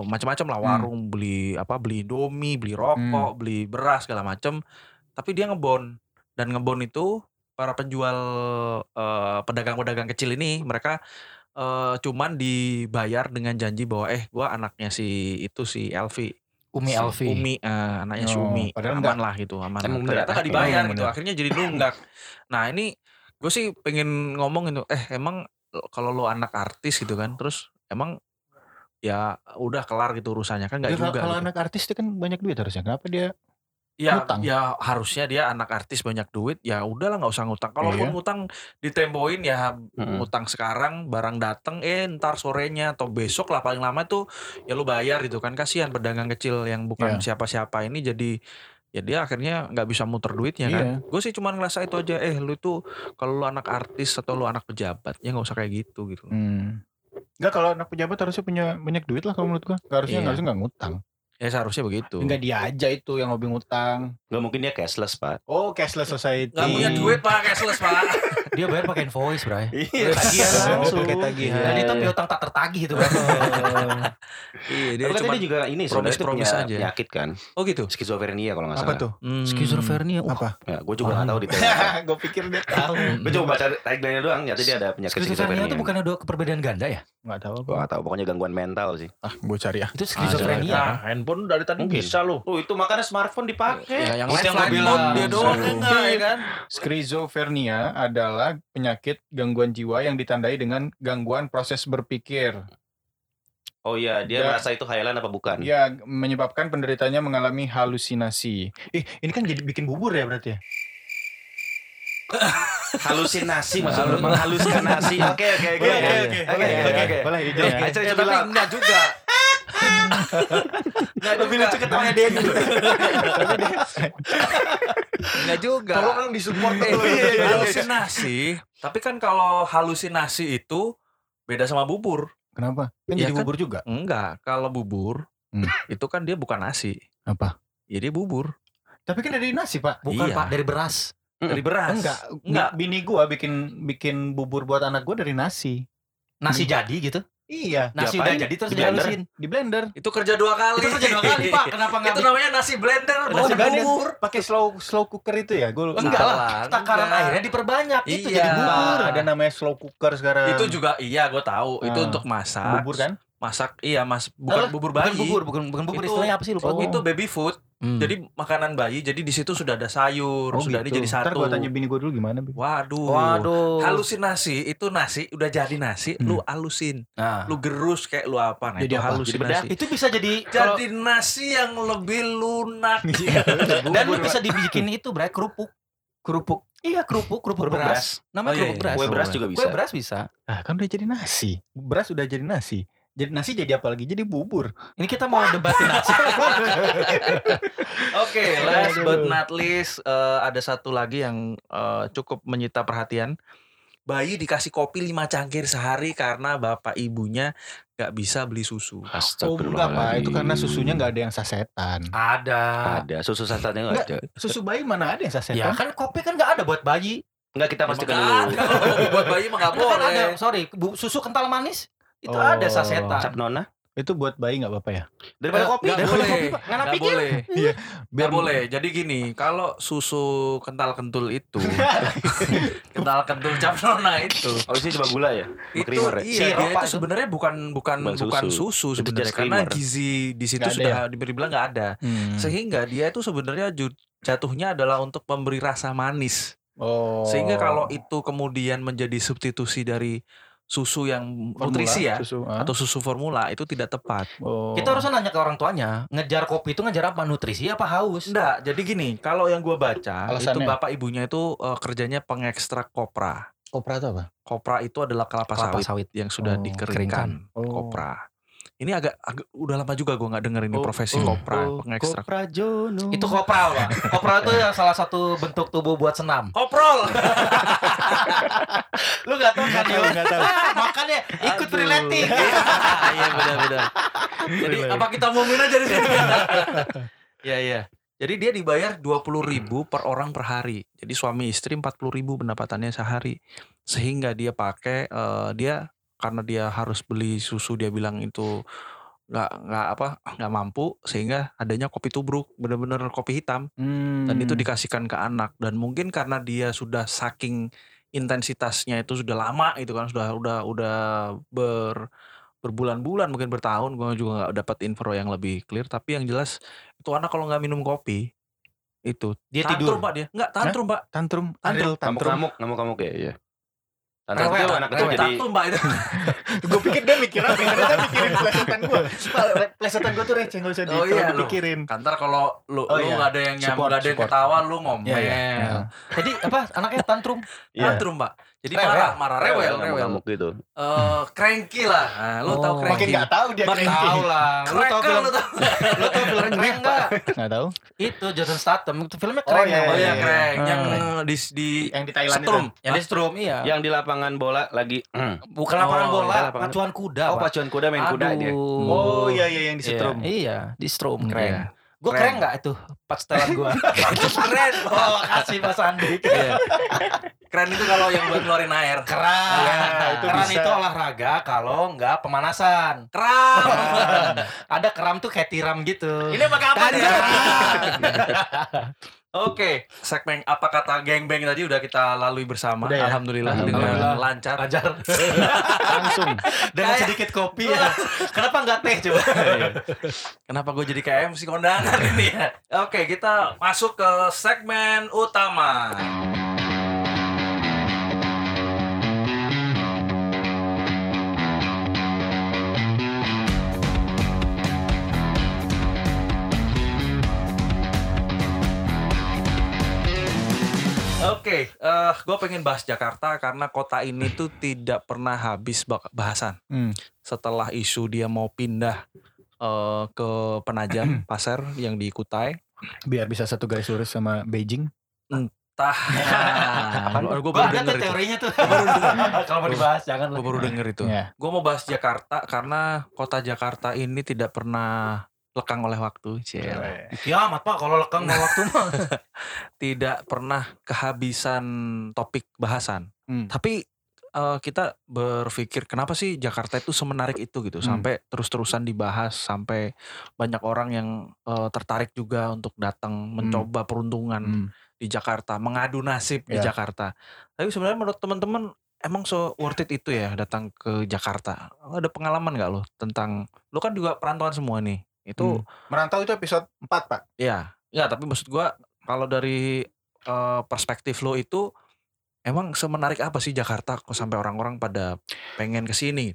C: macam-macam lah
D: Hmm.
C: warung beli apa beli indomie beli rokok beli beras segala macam tapi dia ngebon dan ngebon itu para penjual eh, pedagang-pedagang kecil ini mereka eh, cuman dibayar dengan janji bahwa eh gua anaknya si itu si Elvi
B: Umi
C: Si
B: Alfi.
C: Umi eh, anaknya si
D: Oh,
C: Umi
D: padahal
C: aman
D: enggak.
C: lah gitu aman
A: Emang bener.
C: ternyata nggak dibayar
D: Emang
C: gitu
D: bener.
C: akhirnya jadi nunggak nah ini gue sih pengen ngomong itu eh emang lo- kalau lo anak artis gitu kan terus emang ya udah kelar gitu urusannya kan nggak
D: Dia
C: juga
D: kalau
C: gitu.
D: anak artis dia kan banyak duit harusnya. Kenapa dia
C: Ya,
D: Ngutang.
C: ya harusnya dia anak artis banyak duit ya udahlah nggak usah ngutang. Kalaupun
D: Iya.
C: ngutang ditempoin ya
A: Mm-mm.
C: ngutang sekarang barang dateng eh ntar sorenya atau besok lah paling lama tuh ya lu bayar gitu kan kasihan pedagang kecil yang bukan
D: Iya.
C: siapa-siapa ini jadi ya dia akhirnya nggak bisa muter duitnya kan.
D: Iya.
C: Gue sih cuman ngerasa itu aja eh lu tuh kalau lu anak artis atau lu anak pejabat ya nggak usah kayak gitu gitu.
D: Hmm. Enggak kalau anak pejabat harusnya punya banyak duit lah kalau menurut gua. Enggak harusnya
C: Iya.
D: enggak harusnya enggak ngutang.
C: Ya seharusnya begitu.
D: Enggak dia aja itu yang hobi ngutang. Iya
A: Nggak mungkin dia cashless pak.
D: Oh, cashless society.
C: Nggak punya duit pak cashless pak.
B: Dia bayar pakai invoice, Bray. Iya.
A: Iya.
B: tagihan langsung.
D: Oh, Pakai tagihan.
B: Jadi tapi utang tak tertagih itu, Bray.
C: iya
A: Tapi katanya dia kan juga ini sebenarnya itu
C: promise-promise
A: punya
C: aja.
A: penyakit kan,
C: Oh gitu.
A: skizofrenia kalau nggak
D: Apa
A: salah.
D: tuh?
C: Hmm.
B: Skizofrenia. uh. Wah,
D: Apa?
A: Ya, gue juga nggak tahu detail.
D: gua pikir dia tahu.
A: gue cuma baca tagline-nya doang, nyata dia ada penyakit
B: Hmm. Ya, skizofrenia
A: skizofrenia.
B: itu bukannya dua keperbedaan ganda ya?
D: Enggak tahu
A: Gue nggak tahu, pokoknya gangguan mental sih.
D: Ah, gua cari ah.
B: Itu
C: Nah,
B: skizofrenia.
C: handphone dari tadi
A: Mungkin.
C: bisa lu.
A: Oh itu makanya smartphone dipakai.
C: Ya, yang
B: Itu
C: lain
B: yang gua
C: flight mode
B: bilang.
C: dia doang
D: Aduh.
C: enggak ya kan?
D: Skizofrenia adalah penyakit gangguan jiwa yang ditandai dengan gangguan proses berpikir.
A: Oh iya, dia
D: Ya.
A: merasa itu khayalan apa bukan?
D: Ya,
C: Iya.
D: menyebabkan penderitanya mengalami halusinasi. Ih, ini kan jadi bikin bubur ya berarti ya?
A: Halusinasi maksud lu menghaluskan nasi. Oke oke oke.
D: Boleh,
A: Oke
D: boleh,
A: oke
D: boleh,
A: oke oke.
D: boleh, boleh, izin ya.
A: Ayo
C: Ya,
A: coba
C: tapi
A: bilang.
C: enggak juga. Enggak Eh,
A: Lebih
C: juga.
A: lucu ketawanya dia
B: Oh,
A: dulu.
C: Enggak juga.
A: Tolong dong disupport
C: Eh,
A: dulu. Iya, iya, iya.
C: halusinasi. Tapi kan kalau halusinasi itu beda sama bubur.
D: Kenapa? Kan
C: Ya
D: jadi
C: kan?
D: bubur juga.
C: Enggak, kalau bubur
D: Hmm.
C: itu kan dia bukan nasi.
D: Apa?
C: Jadi bubur
D: Tapi kan dari nasi, Pak.
B: Bukan,
C: Iya.
B: Pak, dari beras.
C: dari beras.
D: Enggak,
C: Enggak.
D: bi- bini gua bikin bikin bubur buat anak gua dari nasi.
B: Nasi jadi gitu.
D: Iya,
B: Nasi
A: Diapain?
B: udah jadi terus
A: Di blender?
B: dihalusin.
D: di blender.
C: Itu kerja dua kali.
B: Itu kerja dua kali, Pak. Kenapa nggak
C: iya, itu namanya nasi blender,
B: Nasi
C: bukan
B: blender.
C: bubur.
D: Pakai slow slow cooker itu ya? Gua lupa.
B: Enggak lah,
C: Salah,
B: takaran
C: enggak.
B: airnya diperbanyak. Itu
C: Iya.
B: jadi
D: Bubur,
B: bubur.
D: ada namanya slow cooker sekarang.
C: Itu juga iya, gue tahu. Itu
D: Ah.
C: untuk masak.
D: bubur kan?
C: Masak iya, Mas,
B: Alah,
C: bukan bubur
B: Bukan
C: bayi.
B: bubur, bukan bukan bubur
C: Itu-
B: istilahnya apa sih lupa.
C: Oh,
B: gua.
C: itu baby food.
B: Hmm.
C: Jadi makanan bayi. Jadi di situ sudah ada sayur, sudah
D: gitu.
C: ada jadi
D: Ntar
C: satu.
D: gua tanya bini gua dulu gimana, Bi.
C: Waduh.
B: waduh.
C: Halusinasi itu nasi udah jadi nasi, lu alusin,
B: Nah,
C: lu gerus kayak lu apa nah
D: Jadi
C: itu
D: apa?
C: halusinasi.
B: itu bisa jadi kalau-
C: Jadi nasi yang lebih lunak.
D: Iya.
B: dan lu bisa dibikin itu bray kerupuk. Kerupuk. Iya kerupuk, kerupuk
A: Kerupuk
B: beras. Namanya
C: Oh, iya,
B: kerupuk
C: iya.
B: beras.
A: Kue beras juga bisa.
B: Kue beras bisa.
D: Ah, kan udah jadi nasi. Beras udah jadi nasi. Jadi nasi jadi apa lagi? Jadi bubur.
B: Ini kita mau debatin nasi.
C: Oke, last but not least eh, ada satu lagi yang eh, cukup menyita perhatian. Bayi dikasih kopi 5 cangkir sehari karena bapak ibunya nggak bisa beli
D: Oh,
C: susu.
D: enggak, Pak.
A: Astagfirullahaladzim.
D: Itu karena susunya nggak ada yang sasetan.
B: ada.
A: ada susu sasetnya nggak ada.
C: Iya.
D: Susu bayi mana ada yang
B: Ya
D: sasetan?
B: kan kopi kan nggak ada buat bayi.
A: Enggak kita pastikan
C: Emang
A: dulu.
C: ada, kalau buat bayi mah nggak
B: Kan ada,
C: boleh.
B: sorry, bu- susu kental manis itu
D: Oh.
B: ada sasetan.
A: Capnona
C: Iya.
D: Itu buat bayi nggak apa-apa ya?
A: daripada
B: Eh,
A: kopi.
C: nggak
A: daripada
C: boleh.
A: kopi, Pak.
B: Nggak
C: Nggak
B: pikir.
C: boleh.
D: Biar
C: Nggak boleh. Jadi gini, kalau susu kental kentul itu, kental kentul caprona itu,
A: Oh isinya cuma gula ya.
C: itu
A: Creamer ya?
C: iya
B: Sirup
C: dia
B: apa
C: itu
B: itu?
C: sebenarnya bukan bukan
A: Bukan susu.
C: bukan susu,
A: Itu
C: sebenarnya
A: just
C: karena
A: creamer.
C: gizi di situ
D: Nggak ada
C: sudah diberi bilang nggak ada, sehingga dia itu sebenarnya ju- jatuhnya adalah untuk memberi rasa manis.
D: Oh.
C: Sehingga kalau itu kemudian menjadi substitusi dari susu yang
D: Formula,
C: nutrisi ya
D: Susu, ah.
C: atau susu Ah. formula itu tidak tepat.
D: Oh.
B: Kita harus nanya ke orang tuanya, ngejar kopi itu ngejar apa? Nutrisi apa haus?
C: Enggak, jadi gini, kalau yang gua baca
D: Alasannya?
C: itu bapak ibunya itu eh, kerjanya pengekstrak kopra.
D: kopra itu apa?
C: Kopra itu adalah kelapa,
B: Kelapa
C: sawit,
B: sawit.
C: yang sudah
D: Oh,
C: dikeringkan.
D: Oh.
C: Kopra. Ini agak, agak udah lama juga gue nggak denger ini
A: Oh,
C: profesi
A: oh,
C: kopra,
A: oh,
C: pengekstrak.
A: Kopra Jono.
B: Itu kopral, Pak. Kopral itu yang salah satu bentuk tubuh buat senam.
C: Koprol.
B: Lu gak tau kan, Yo?
D: Enggak tahu.
B: Ah, Makanya ikut
C: Aduh.
B: relating.
C: Iya benar-benar. Jadi
D: Relating.
C: apa kita mau aja di sini?
B: Ya,
C: Iya iya. Jadi dia dibayar 20.000 per orang per hari. Jadi suami istri 40.000 pendapatannya sehari. Sehingga dia pakai eh, dia karena dia harus beli susu dia bilang itu nggak nggak apa nggak mampu sehingga adanya kopi tubruk bener-bener kopi hitam
D: Hmm.
C: dan itu dikasihkan ke anak dan mungkin karena dia sudah saking intensitasnya itu sudah lama itu kan sudah udah udah ber berbulan-bulan mungkin bertahun gue juga nggak dapat info yang lebih clear tapi yang jelas itu anak kalau nggak minum kopi itu
B: Dia
C: tantrum pak dia nggak tantrum pak
D: tantrum,
C: Tantrum.
D: tantrum, tantrum.
A: Ngamuk-ngamuk, ngamuk-ngamuk ya, iya. Anak kecil, anak kecil
C: Rewel.
A: jadi
C: Tato, mbak itu.
D: gue pikir dia mikir apa ternyata mikirin plesetan gue plesetan gue tuh receh gak usah
C: Oh iya, lu.
D: dipikirin
C: Kantor kalau lu
D: Oh,
C: lu
D: iya.
C: nggak ada yang nyam,
D: Support,
C: nggak ada yang
D: support.
C: ketawa lu ngomel.
D: Iya, iya, iya.
B: Tadi apa anaknya tantrum?
A: Iya.
C: Tantrum, Mbak. Jadi
B: Rewel.
C: marah, marah rewel, rewel.
A: ngamuk-ngamuk gitu.
C: Eh, cranky lah. Nah, lu
B: Oh.
C: tahu
D: makin
C: cranky.
D: gak tahu dia
C: Makin
D: cranky.
B: Tahu lah. Lu tau
C: Cracker
B: film
C: lu tau.
B: lu tau film crank enggak?
D: nggak tahu
B: Itu Jason Statham. Itu filmnya
D: Oh,
B: keren
D: iya,
C: Oh
B: namanya.
C: iya,
D: iya.
C: crank. Yang di di
D: yang di Thailand
C: setrum.
D: itu
B: Yang di Strom iya.
A: Yang di lapangan bola lagi
B: Bukan lapangan
C: Oh,
B: bola,
A: iya, Ya. lapangan-
B: pacuan kuda.
A: Oh,
B: Pak.
A: pacuan kuda main kuda dia.
B: Aduh.
D: oh iya iya yang di
B: Iya,
D: setrum
B: Iya, di Strom
C: Iya.
B: keren. Gue
C: Keren.
B: keren nggak itu pas setelan gue?
C: Keren.
B: Oh, kasih Mas Andi.
C: Iya. Keren itu kalau yang buat ngeluarin air.
B: Keren.
D: Iya, itu
B: itu keren
D: bisa.
B: Ah, itu olahraga kalau nggak pemanasan.
C: Kram.
B: Kram. Ada keram tuh kayak tiram gitu.
C: Ini pakai apa
B: Tadi.
C: nih? Oke, segmen apa kata gengbeng tadi udah kita lalui bersama.
D: Udah ya?
C: Alhamdulillah,
A: Alhamdulillah.
C: dengan lancar.
B: Lancar.
D: langsung
B: Dengan
C: Kayak- Iya,
B: sedikit kopi ya. Kenapa nggak teh coba?
C: Kenapa gue jadi kayak MC kondangan ini ya? Oke, kita masuk ke segmen utama. Oke, eh gue pengen bahas Jakarta karena kota ini tuh tidak pernah habis bak- bahasan
D: Hmm.
C: setelah isu dia mau pindah eh, ke Penajam Pasar yang di Kutai.
D: biar bisa satu garis lurus sama Beijing
C: Tah.
B: Apaan?
C: gue
B: Gua ada
C: Kan baru denger
B: tuh
C: itu.
B: teorinya tuh.
C: baru dengar.
B: Kalau mau dibahas jangan.
C: Gue baru denger itu.
D: ya
C: Gue mau bahas Jakarta karena kota Jakarta ini tidak pernah lekang oleh waktu, Ciel.
D: Iya.
B: Kiamat Ya, Pak kalau lekang mau waktu mah.
C: tidak pernah kehabisan topik bahasan.
D: Hmm.
C: Tapi eh, kita berpikir kenapa sih Jakarta itu semenarik itu gitu
D: Hmm.
C: sampai terus-terusan dibahas sampai banyak orang yang eh, tertarik juga untuk datang mencoba peruntungan
D: Hmm.
C: di Jakarta, mengadu nasib di
D: Ya.
C: Jakarta. Tapi sebenarnya menurut teman-teman emang so worth it itu ya datang ke Jakarta. Lo ada pengalaman nggak lo tentang lo kan juga perantauan semua nih. Itu
B: Hmm.
D: merantau itu episode 4 pak
C: Ya, ya tapi maksud gua kalau dari eh, perspektif lo itu emang semenarik apa sih Jakarta kok sampai orang-orang pada pengen ke sini?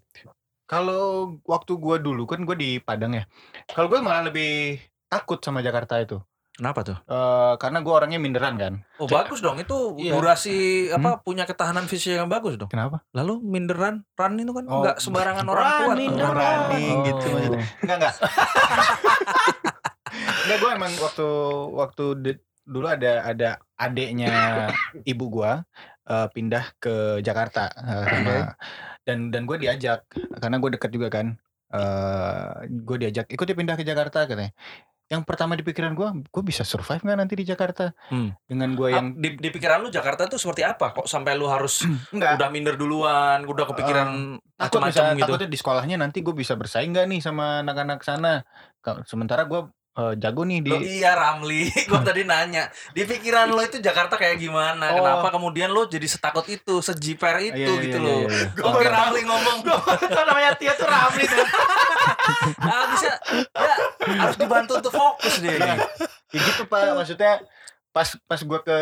D: kalau waktu gua dulu kan gua di Padang ya kalau gue malah lebih takut sama Jakarta itu
C: Kenapa tuh?
D: Eh, karena gua orangnya minderan kan
C: Oh bagus dong itu
B: Iya.
C: durasi apa punya ketahanan fisik yang bagus dong.
D: kenapa
C: Lalu minderan run itu kan
D: Oh,
C: nggak sembarangan orang
B: run,
C: kuat.
B: minderan.
D: berani
B: Oh.
C: iya.
D: gitu maksudnya Enggak enggak. enggak gue emang waktu waktu di- dulu ada ada adeknya ibu gua eh, pindah ke Jakarta eh, sama dan dan gue diajak karena gue dekat juga kan. eh gue diajak ikut dia pindah ke Jakarta katanya. Yang pertama di pikiran gua gue bisa survive nggak nanti di Jakarta
C: Hmm.
D: dengan gue yang
C: Yang di, di pikiran lu Jakarta tuh seperti apa? Kok sampai lu harus
D: enggak
C: udah minder duluan, udah kepikiran
D: Eh, takut
C: macam-macam
D: misalnya
C: gitu.
D: takutnya di sekolahnya nanti gue bisa bersaing nggak nih sama anak-anak sana. Ka- Sementara gue jago nih di Hmm.
C: Lo iya Ramli, gua tadi nanya di pikiran lo itu Jakarta kayak gimana?
D: Oh.
C: Kenapa kemudian lo jadi setakut itu, sejiper itu
D: Iya, iya,
C: gitu
D: iya,
C: loh?
D: iya, iya.
C: Oke Ramli ngomong,
B: Itu namanya Tia tuh Ramli tuh.
C: ah, bisa, ya, harus dibantu untuk fokus deh.
D: Iya. Ya gitu pak maksudnya pas pas gue ke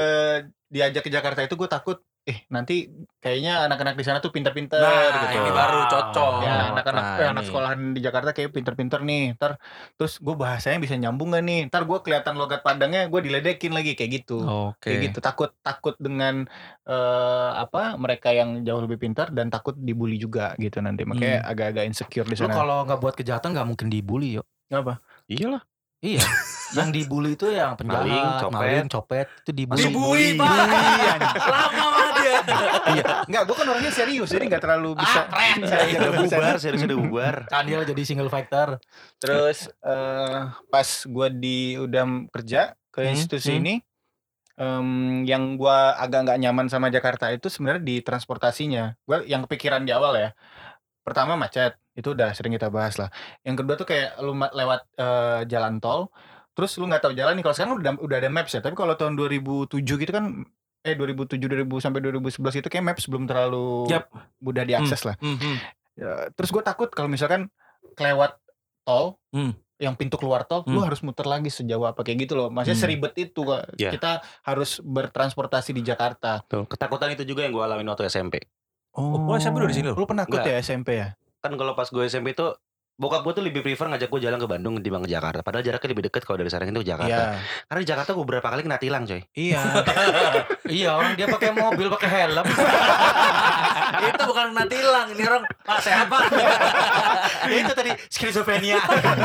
D: diajak ke Jakarta itu gue takut eh nanti kayaknya anak-anak di sana tuh pinter-pinter
C: Nah,
D: gitu
C: ini baru cocok.
D: ya anak-anak
C: Nah,
D: eh, anak
C: ini.
D: sekolahan di Jakarta kayak pinter-pinter nih ntar terus gue bahasanya bisa nyambung gak nih ntar gue kelihatan logat Padangnya gue diledekin lagi kayak gitu
C: Oke.
D: kayak gitu takut takut dengan eh, apa mereka yang jauh lebih pintar dan takut dibully juga gitu nanti makanya
C: Hmm.
D: agak-agak insecure di
B: Lu
D: sana
B: kalau nggak buat kejahatan nggak mungkin dibully yo.
D: apa
A: Iyalah.
B: Iya. yang dibully itu yang penjahat,
A: Maling, copet.
B: maling, copet itu dibully. Iya.
C: Dibully, Pak. Lama banget dia.
D: Enggak, gue kan orangnya serius jadi nggak terlalu bisa
B: Ah, keren.
D: Saya
A: Udah
D: nggak bisa-
A: bubar, serius udah bubar.
B: Candil jadi single factor.
D: Terus eh pas gue di udah m- kerja ke
C: Hmm,
D: institusi
C: hmm.
D: ini, em, yang gue agak nggak nyaman sama Jakarta itu sebenarnya di transportasinya. Gue yang kepikiran di awal ya. Pertama macet, itu udah sering kita bahas lah. Yang kedua tuh kayak lu ma- lewat eh, jalan tol, terus lu nggak tahu jalan nih. Kalau sekarang udah udah ada maps ya, tapi kalau tahun 2007 gitu kan eh 2007 2000 sampai 2011 itu kayak maps belum terlalu
C: Yap. Hmm.
D: mudah diakses lah. Ya, terus gue takut kalau misalkan kelewat tol
C: Hmm.
D: yang pintu keluar tol lu harus muter lagi sejauh apa kayak gitu loh maksudnya
C: Hmm.
D: seribet itu Kak.
A: Ya.
D: kita harus bertransportasi di Jakarta
A: Tuh, Ketakutan itu juga yang gue alamin waktu SMP.
D: Oh,
C: gua SMP udah di sini loh.
D: Lu penakut
A: Enggak.
D: ya SMP ya?
A: Kan kalau pas gue SMP itu bokap gue tuh lebih prefer ngajak gue jalan ke Bandung ketimbang ke Jakarta. Padahal jaraknya lebih dekat kalau dari Serang itu ke Jakarta.
D: Iya.
A: Karena di Jakarta gue berapa kali kena tilang coy.
D: Iya.
B: iya orang dia pakai mobil pakai helm
C: itu bukan kena tilang ini orang pak sehat pak
B: Oh,
A: Ya itu tadi skizofrenia.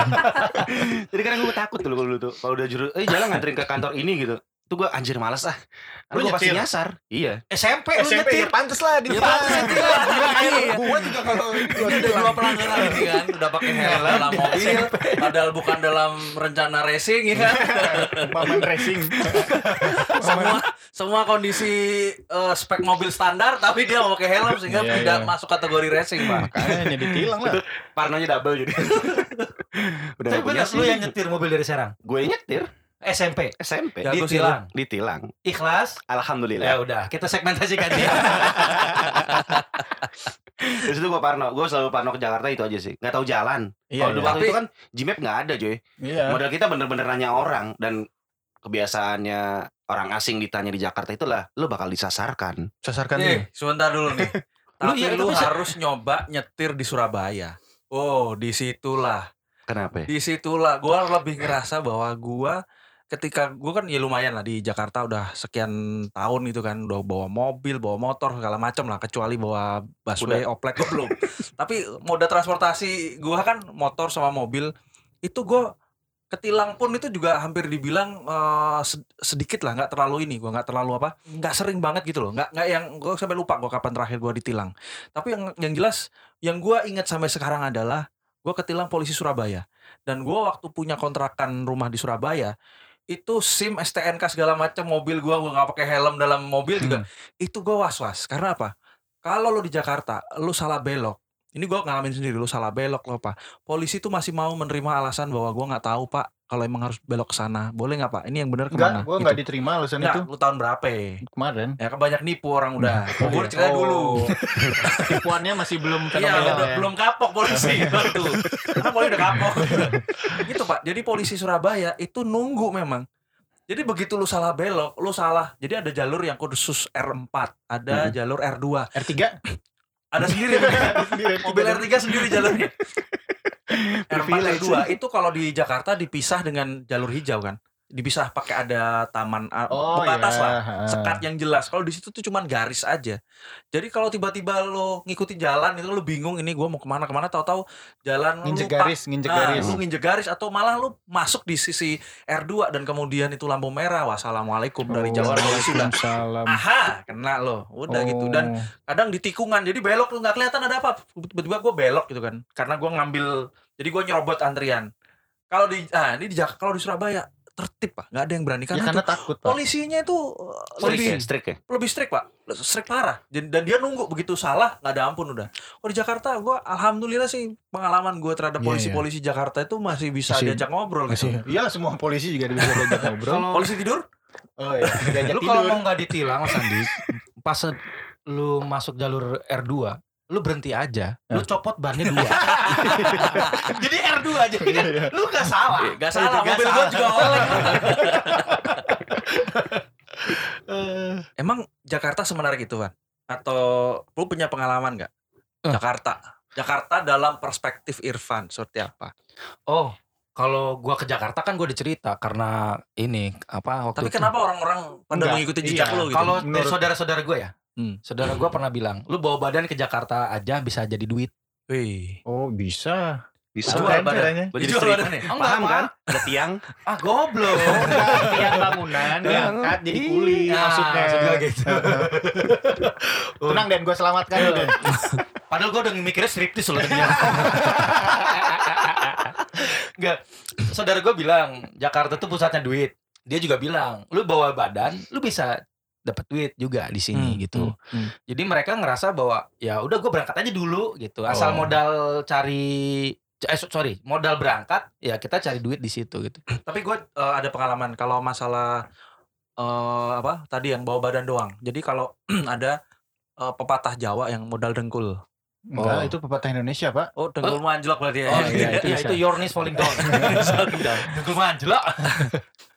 A: Jadi kadang gue takut dulu dulu tuh. Kalau udah juru, eh jalan nganterin ke kantor ini gitu. Itu gue anjir males ah.
D: Lu
A: Lu pasti
D: nyetir?
A: nyasar. Iya.
B: SMP lu
D: SMP ya
B: nyetir
D: pantas lah di
C: ya
D: depan.
C: pak sehat iya
D: Gua juga kalau
C: Ini udah dua pelanggaran Iya. ini kan udah pakai helm dalam mobil padahal bukan dalam rencana racing ya kan
D: Paman racing.
C: semua semua kondisi eh, spek mobil standar tapi dia mau pakai helm sehingga
D: Iya,
C: tidak
D: iya.
C: masuk kategori racing pak
D: Makanya ditilang lah.
A: Parnonya double jadi. udah
B: Tapi
A: gak punya
B: bener lu yang nyetir mobil dari Serang
A: Gue nyetir
B: SMP
A: SMP.
C: Jago sih
B: ditilang.
A: Ditilang.
B: ikhlas ya
A: Alhamdulillah.
B: udah kita segmentasikan dia
A: Terus itu gue Parno. Gue selalu Parno ke Jakarta itu aja sih. Gak tahu jalan.
D: Iya.
A: Kalau dulu
D: iya.
A: waktu itu kan Gmap gak ada coy.
D: Iya.
A: Modal kita bener-bener nanya orang. Dan kebiasaannya orang asing ditanya di Jakarta itulah. Lu bakal disasarkan.
D: Sasarkan
C: nih sebentar dulu nih
B: Lu
C: tapi
B: iya,
C: lu
B: tapi se-
C: harus nyoba nyetir di Surabaya oh disitulah
A: Kenapa ya?
C: disitulah gue lebih ngerasa bahwa gue ketika gue kan ya lumayan lah di Jakarta udah sekian tahun gitu kan udah bawa mobil bawa motor segala macam lah kecuali bawa busway oplek gue belum tapi moda transportasi gue kan motor sama mobil itu gue ketilang pun itu juga hampir dibilang eh, sed- sedikit lah nggak terlalu ini gue nggak terlalu apa nggak sering banget gitu loh nggak nggak yang gue sampai lupa gue kapan terakhir gue ditilang tapi yang yang jelas yang gue ingat sampai sekarang adalah gue ketilang polisi Surabaya dan gue waktu punya kontrakan rumah di Surabaya itu SIM STNK segala macam mobil gue gue nggak pakai helm dalam mobil juga itu gue was was karena apa kalau lo di Jakarta lo salah belok ini gue ngalamin sendiri lo salah belok lo pak polisi tuh masih mau menerima alasan bahwa gue nggak tahu pak kalau emang harus belok ke sana boleh nggak pak ini yang benar
D: Enggak,
C: kemana
D: gua
C: Gitu.
D: enggak diterima alasan
C: Nggak,
D: itu
C: lu tahun berapa ya?
D: kemarin.
C: Ya kan banyak nipu orang udah.
D: Oh, iya.
C: Gue cerita
D: Oh.
C: dulu.
D: Tipuannya masih belum
C: Iya,
D: fenomenal
C: udah-
D: ya.
C: belum kapok polisi waktu. Karena polisi udah kapok. gitu Pak. Jadi polisi Surabaya itu nunggu memang. Jadi begitu lu salah belok, lu salah. Jadi ada jalur yang khusus R4, ada
A: Mhm.
C: jalur R2.
D: R3
C: Ada sendiri mobil R3 sendiri jalurnya. R4
A: Privilege.
C: R2 itu kalau di Jakarta dipisah dengan jalur hijau kan. Dipisah pakai ada taman ah,
D: Oh,
C: pembatas
D: iya.
C: lah sekat
D: Ah.
C: yang jelas. Kalau di situ tuh cuman garis aja. Jadi kalau tiba-tiba lo ngikutin jalan itu lo bingung ini gua mau kemana kemana tahu-tahu jalan
D: nginjek
C: lupa.
D: garis nginjek
C: Nah,
D: garis
C: lu nginjek garis atau malah lu masuk di sisi R2 dan kemudian itu lampu merah. Wassalamualaikum dari
D: Oh,
C: Jawa dari Sunda.
D: salam
C: Aha, kena lo. Udah gitu dan
D: Oh.
C: kadang di tikungan jadi belok lu nggak kelihatan ada apa tiba-tiba gue belok gitu kan karena gue ngambil jadi gue nyerobot antrian kalau di ah ini di Jak- kalau di Surabaya tertib pak nggak ada yang berani
D: karena, ya, karena
C: karena, tuh
D: takut pak
C: polisinya itu uh,
A: Strik
C: lebih
A: ya? Strik ya?
C: lebih strict pak strict parah dan dan dia nunggu begitu salah nggak ada ampun udah oh di Jakarta gua alhamdulillah sih pengalaman gua terhadap
D: Iya,
C: polisi-polisi Jakarta itu masih bisa
D: Masih-
C: diajak ngobrol
D: Masih-
C: gitu
D: iyalah Iya, semua polisi juga bisa diajak ngobrol
B: Kalau-
C: polisi tidur
D: oh iya diajak
B: lu kalau
D: tidur
B: mau nggak ditilang Mas Andi pas lu masuk jalur R2 lu berhenti aja lu copot bannya dua jadi R2 aja
D: Iya,
B: kan lu nggak salah
C: Eh, nggak salah
B: Nggak
C: mobil gua
B: salah.
C: juga oleng
D: Eh.
C: emang Jakarta semenarik itu kan atau lu punya pengalaman nggak
B: Eh.
C: Jakarta Jakarta dalam perspektif Irfan seperti apa
B: oh kalau gua ke Jakarta kan gua ada cerita karena ini apa waktu
C: tapi
B: itu-
C: kenapa orang-orang pada
D: Enggak,
C: mengikuti
D: iya.
C: jejak lu gitu
B: kalau dari
D: Menurut-
B: saudara-saudara gue ya
C: Hmm.
B: saudara gua pernah bilang lu bawa badan ke Jakarta aja bisa jadi duit
C: Wih.
D: oh bisa
A: Bisa.
C: Jual
D: Keren
C: badan.
D: caranya
A: Baju
C: Dijual
A: listrik.
C: badan ya?
A: Paham kan? Ada tiang.
B: ah goblok
D: tiang bangunan diangkat jadi
A: Iya.
D: kuli
B: Nah,
D: maksudnya
B: maksud gua gitu.
D: tenang dan gue selamatkan lu Den.
B: Padahal gue udah mikirnya striptis loh tadinya. Enggak. Saudara gue bilang, Jakarta tuh pusatnya duit. Dia juga bilang, lu bawa badan, lu bisa dapat duit juga di sini
C: Hmm,
B: gitu.
C: hmm, hmm.
B: Jadi mereka ngerasa bahwa ya udah gue berangkat aja dulu gitu. Asal
D: Oh.
B: modal cari eh so- sorry, modal berangkat ya kita cari duit di situ gitu.
C: Tapi gue eh, ada pengalaman kalau masalah eh, apa tadi yang bawa badan doang. Jadi kalau ada eh, pepatah Jawa yang modal dengkul.
D: Enggak,
B: Oh.
D: itu pepatah Indonesia, Pak.
C: Oh, dengkul manjlok berarti ya.
B: Oh iya, itu,
C: Ya,
B: ya, itu your knees falling down. Dengkul manjelak.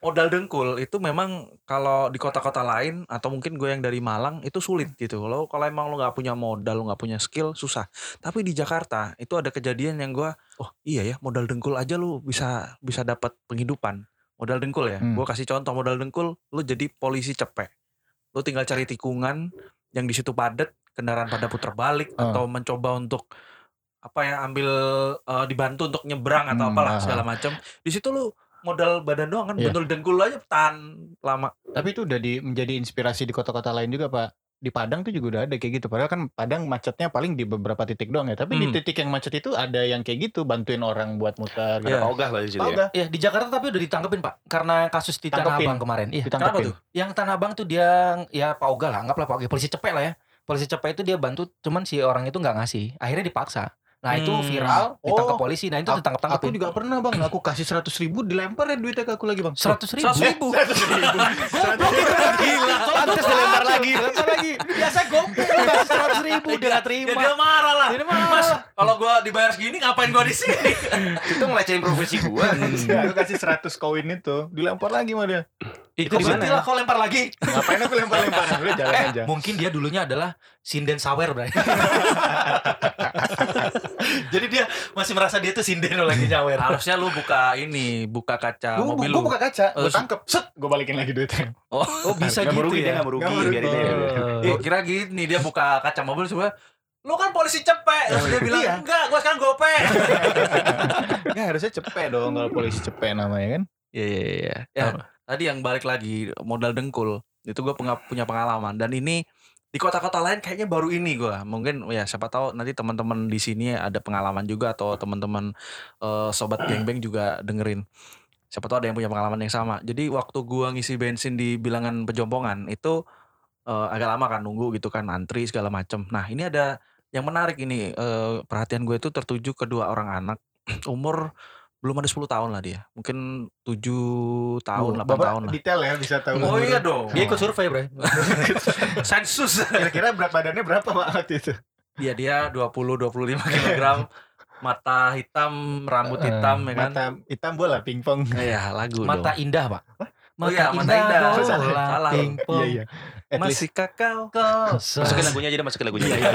C: Odal dengkul itu memang kalau di kota-kota lain atau mungkin gue yang dari Malang itu sulit gitu. Lo kalau emang lo nggak punya modal, lo nggak punya skill susah. Tapi di Jakarta itu ada kejadian yang gue, oh iya ya modal dengkul aja lo bisa bisa dapat penghidupan. Modal dengkul ya.
D: Hmm.
C: Gue kasih contoh modal dengkul, lo jadi polisi cepek. Lo tinggal cari tikungan yang di situ padat, kendaraan pada putar balik
D: Ah.
C: atau mencoba untuk apa ya ambil eh, dibantu untuk nyebrang atau
D: Hmm, ah.
C: apalah segala macam. Di situ lo modal badan doang kan
D: Iya.
C: betul dengkul lu aja tahan lama
D: Tapi itu udah di, menjadi inspirasi di kota-kota lain juga, Pak. Di Padang tuh juga udah ada kayak gitu. Padahal kan Padang macetnya paling di beberapa titik doang ya. Tapi di
C: Hmm.
D: titik yang macet itu ada yang kayak gitu bantuin orang buat muter.
C: Iya.
D: gitu.
A: Ogah lah di situ
D: Pak,
A: ya.
D: udah
B: Iya, di Jakarta tapi udah ditangkepin, Pak. Karena kasus di Tanah
D: Tangkepin.
B: Abang kemarin. Iya.
D: ditangkepin.
C: tuh?
B: Yang Tanah Abang tuh dia ya Pak Oga lah, anggaplah Pak Oga polisi cepet lah ya. Polisi cepet itu dia bantu cuman si orang itu nggak ngasih. Akhirnya dipaksa. Nah, itu
C: Hmm.
B: viral, ditangkap
D: Oh.
B: polisi. Nah, itu
D: Aku-
B: ditangkap
D: Aku
B: tangkepin.
D: juga pernah, Bang. Aku kasih 100 ribu dilempar ya duitnya ke aku lagi, Bang.
B: seratus ribu.
C: 100 ribu
B: Gila, pantas dilempar lagi. Dilempar lagi. Biasa gopay lu kasih seratus ribu dia nggak
C: ya
B: terima.
C: dia marah lah
B: Dia "Ah." marah.
C: mas kalau gua dibayar segini ngapain gua di sini
A: Itu ngelecehin profesi gua.
D: Aku kasih 100 koin itu dilempar lagi sama dia.
B: Itu di
D: Kok berhenti
B: mana? Kalau lempar lagi.
D: Ngapain aku lempar-lempar? Udah jalan
B: Eh,
D: aja.
B: mungkin dia dulunya adalah sinden sawer berarti. Jadi dia masih merasa dia tuh sinden lagi sawer.
D: Ah,
C: harusnya lu buka ini buka kaca
D: Gue
C: mobil lu
D: buka kaca,
C: Eh,
D: gue tangkep, set, gue balikin lagi duitnya.
C: oh,
B: Oh, bisa
A: Nggak
B: gitu
A: merugi, dia
B: ya. Iya.
A: nggak merugi.
D: Nggak merugi.
A: Biarin aja.
C: gua Iya, kira gini dia buka kaca mobil coba lu kan polisi cepek terus dia bilang
D: Iya.
C: enggak gua sekarang gope
D: Ya harusnya cepet dong kalau polisi cepet namanya kan.
C: Iya iya iya. Ya, tadi yang balik lagi modal dengkul itu gue punya pengalaman dan ini di kota-kota lain kayaknya baru ini gue mungkin ya siapa tahu nanti teman-teman di sini ada pengalaman juga atau teman-teman eh, sobat gengbeng juga dengerin siapa tahu ada yang punya pengalaman yang sama jadi waktu gue ngisi bensin di bilangan pejompongan itu eh, agak lama kan nunggu gitu kan antri segala macem nah ini ada yang menarik ini eh, perhatian gue itu tertuju ke dua orang anak umur belum ada 10 tahun lah dia mungkin 7 tahun
D: Oh,
C: 8
D: Bapak
C: tahun lah
D: detail ya bisa tahu.
C: Oh
D: umurnya.
C: iya dong.
B: Dia ikut survei, Bro.
C: sensus.
D: Kira-kira berat badannya berapa pak waktu itu?
C: Iya dia 20 25 kg, mata hitam, rambut hitam ya kan.
D: Eh, Mata hitam bola pingpong.
C: Iya, lagu
B: Mata
C: dong.
B: indah, Pak.
C: Oh iya, mata indah.
B: bola
C: Salah. Salah.
B: pingpong
D: Iya iya. At least
C: Masih kakao.
B: kosong.
A: Masukin lagunya aja deh, masukin lagunya.
C: Iya, iya.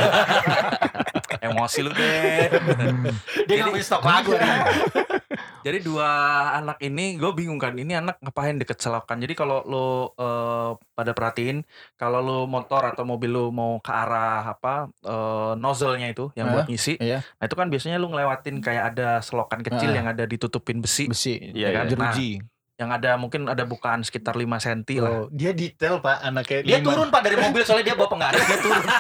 C: Emosi lu deh.
B: Dia nggak punya stok lagu.
C: ya.
D: kan?
C: Jadi dua anak ini gue bingung kan ini anak ngapain deket selokan. Jadi kalau lo eh, pada perhatiin kalau lo motor atau mobil lo mau ke arah apa eh, nozzle-nya itu yang buat ngisi.
D: iya.
C: Nah itu kan biasanya lo ngelewatin kayak ada selokan kecil
D: Ah.
C: yang ada ditutupin besi
D: besi.
A: Iya,
C: iya.
D: Jeruji.
C: yang ada mungkin ada bukaan sekitar 5 cm iya lah.
D: Oh, dia detail pak anaknya.
B: Dia
D: lima.
B: turun Pak dari mobil soalnya dia bawa penggaris, dia turun. Dia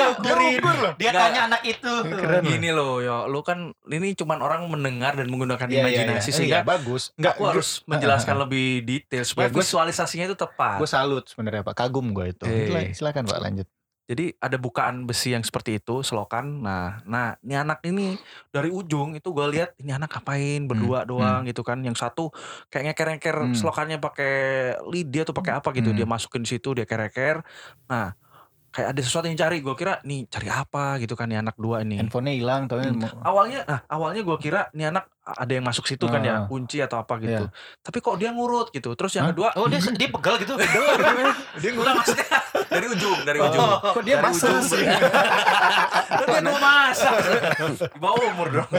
D: Dia
B: ukurin.
D: ukur loh.
B: Dia
C: Nggak.
B: tanya anak itu.
D: Keren loh.
C: Gini loh, yo, lu kan ini cuman orang mendengar dan menggunakan
D: Iya, iya,
C: imajinasi
D: iya.
C: sehingga
D: Iya, bagus. Enggak,
C: aku harus menjelaskan lebih detail
D: Ya,
C: supaya
D: gua-
C: visualisasinya itu tepat.
D: Gue salut sebenarnya pak. Kagum gue itu.
C: Eh.
D: Silakan pak lanjut.
C: Jadi ada bukaan besi yang seperti itu, selokan. Nah, nah, ini anak ini dari ujung itu gue lihat ini anak ngapain berdua doang gitu kan. Yang satu kayak ngeker-ngeker
D: Hmm.
C: selokannya pakai lidi atau pakai apa gitu.
D: Hmm.
C: Dia masukin di situ, dia keker-keker. Nah, kayak ada sesuatu yang cari. Gue kira nih cari apa gitu kan nih anak dua ini.
D: Handphonenya hilang, tapi
C: Hmm. awalnya nah awalnya gue kira nih anak ada yang masuk situ kan ya
D: Ah.
C: kunci atau apa gitu tapi kok dia ngurut gitu terus
D: Hah?
C: yang kedua
B: Oh, dia dia pegal gitu.
C: dia ngurut maksudnya dari ujung dari ujung
B: Oh,
D: kok dia
C: Dari
D: masuk
C: ujung,
D: sih?
C: ber- Kan dia mau masak di bawah umur dong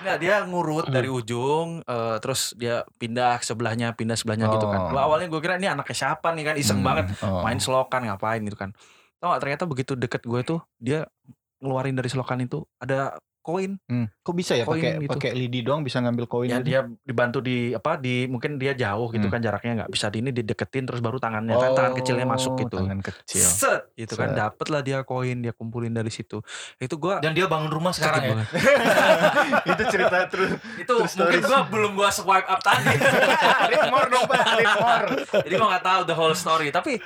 C: nggak dia ngurut
D: Hmm.
C: dari ujung eh, terus dia pindah ke sebelahnya pindah sebelahnya gitu
D: Oh.
C: kan gua awalnya gue kira ini anaknya siapa nih kan iseng
D: Hmm,
C: banget
D: oh.
C: main selokan ngapain gitu kan tau gak ternyata begitu deket gue tuh dia ngeluarin dari selokan itu ada koin
D: Hmm. Kok bisa ya
C: Koin
D: pakai
C: gitu.
D: pakai lidi doang bisa ngambil koin?
C: ya
D: gitu?
C: dia dibantu di apa di mungkin dia jauh gitu
D: Hmm.
C: kan jaraknya nggak bisa di ini dideketin terus baru tangannya kan tangan kecilnya masuk
D: Oh,
C: gitu
D: Tangan kecil.
C: set gitu kan
D: Set.
C: dapet lah dia koin dia kumpulin dari situ itu gua
B: Dan dia bangun rumah sekarang ya.
C: Sakit banget.
D: itu cerita terus.
C: itu
D: True story.
C: mungkin gua belum gua swipe up tadi
D: Rimor dong pak, rimor.
C: jadi gua nggak tahu the whole story tapi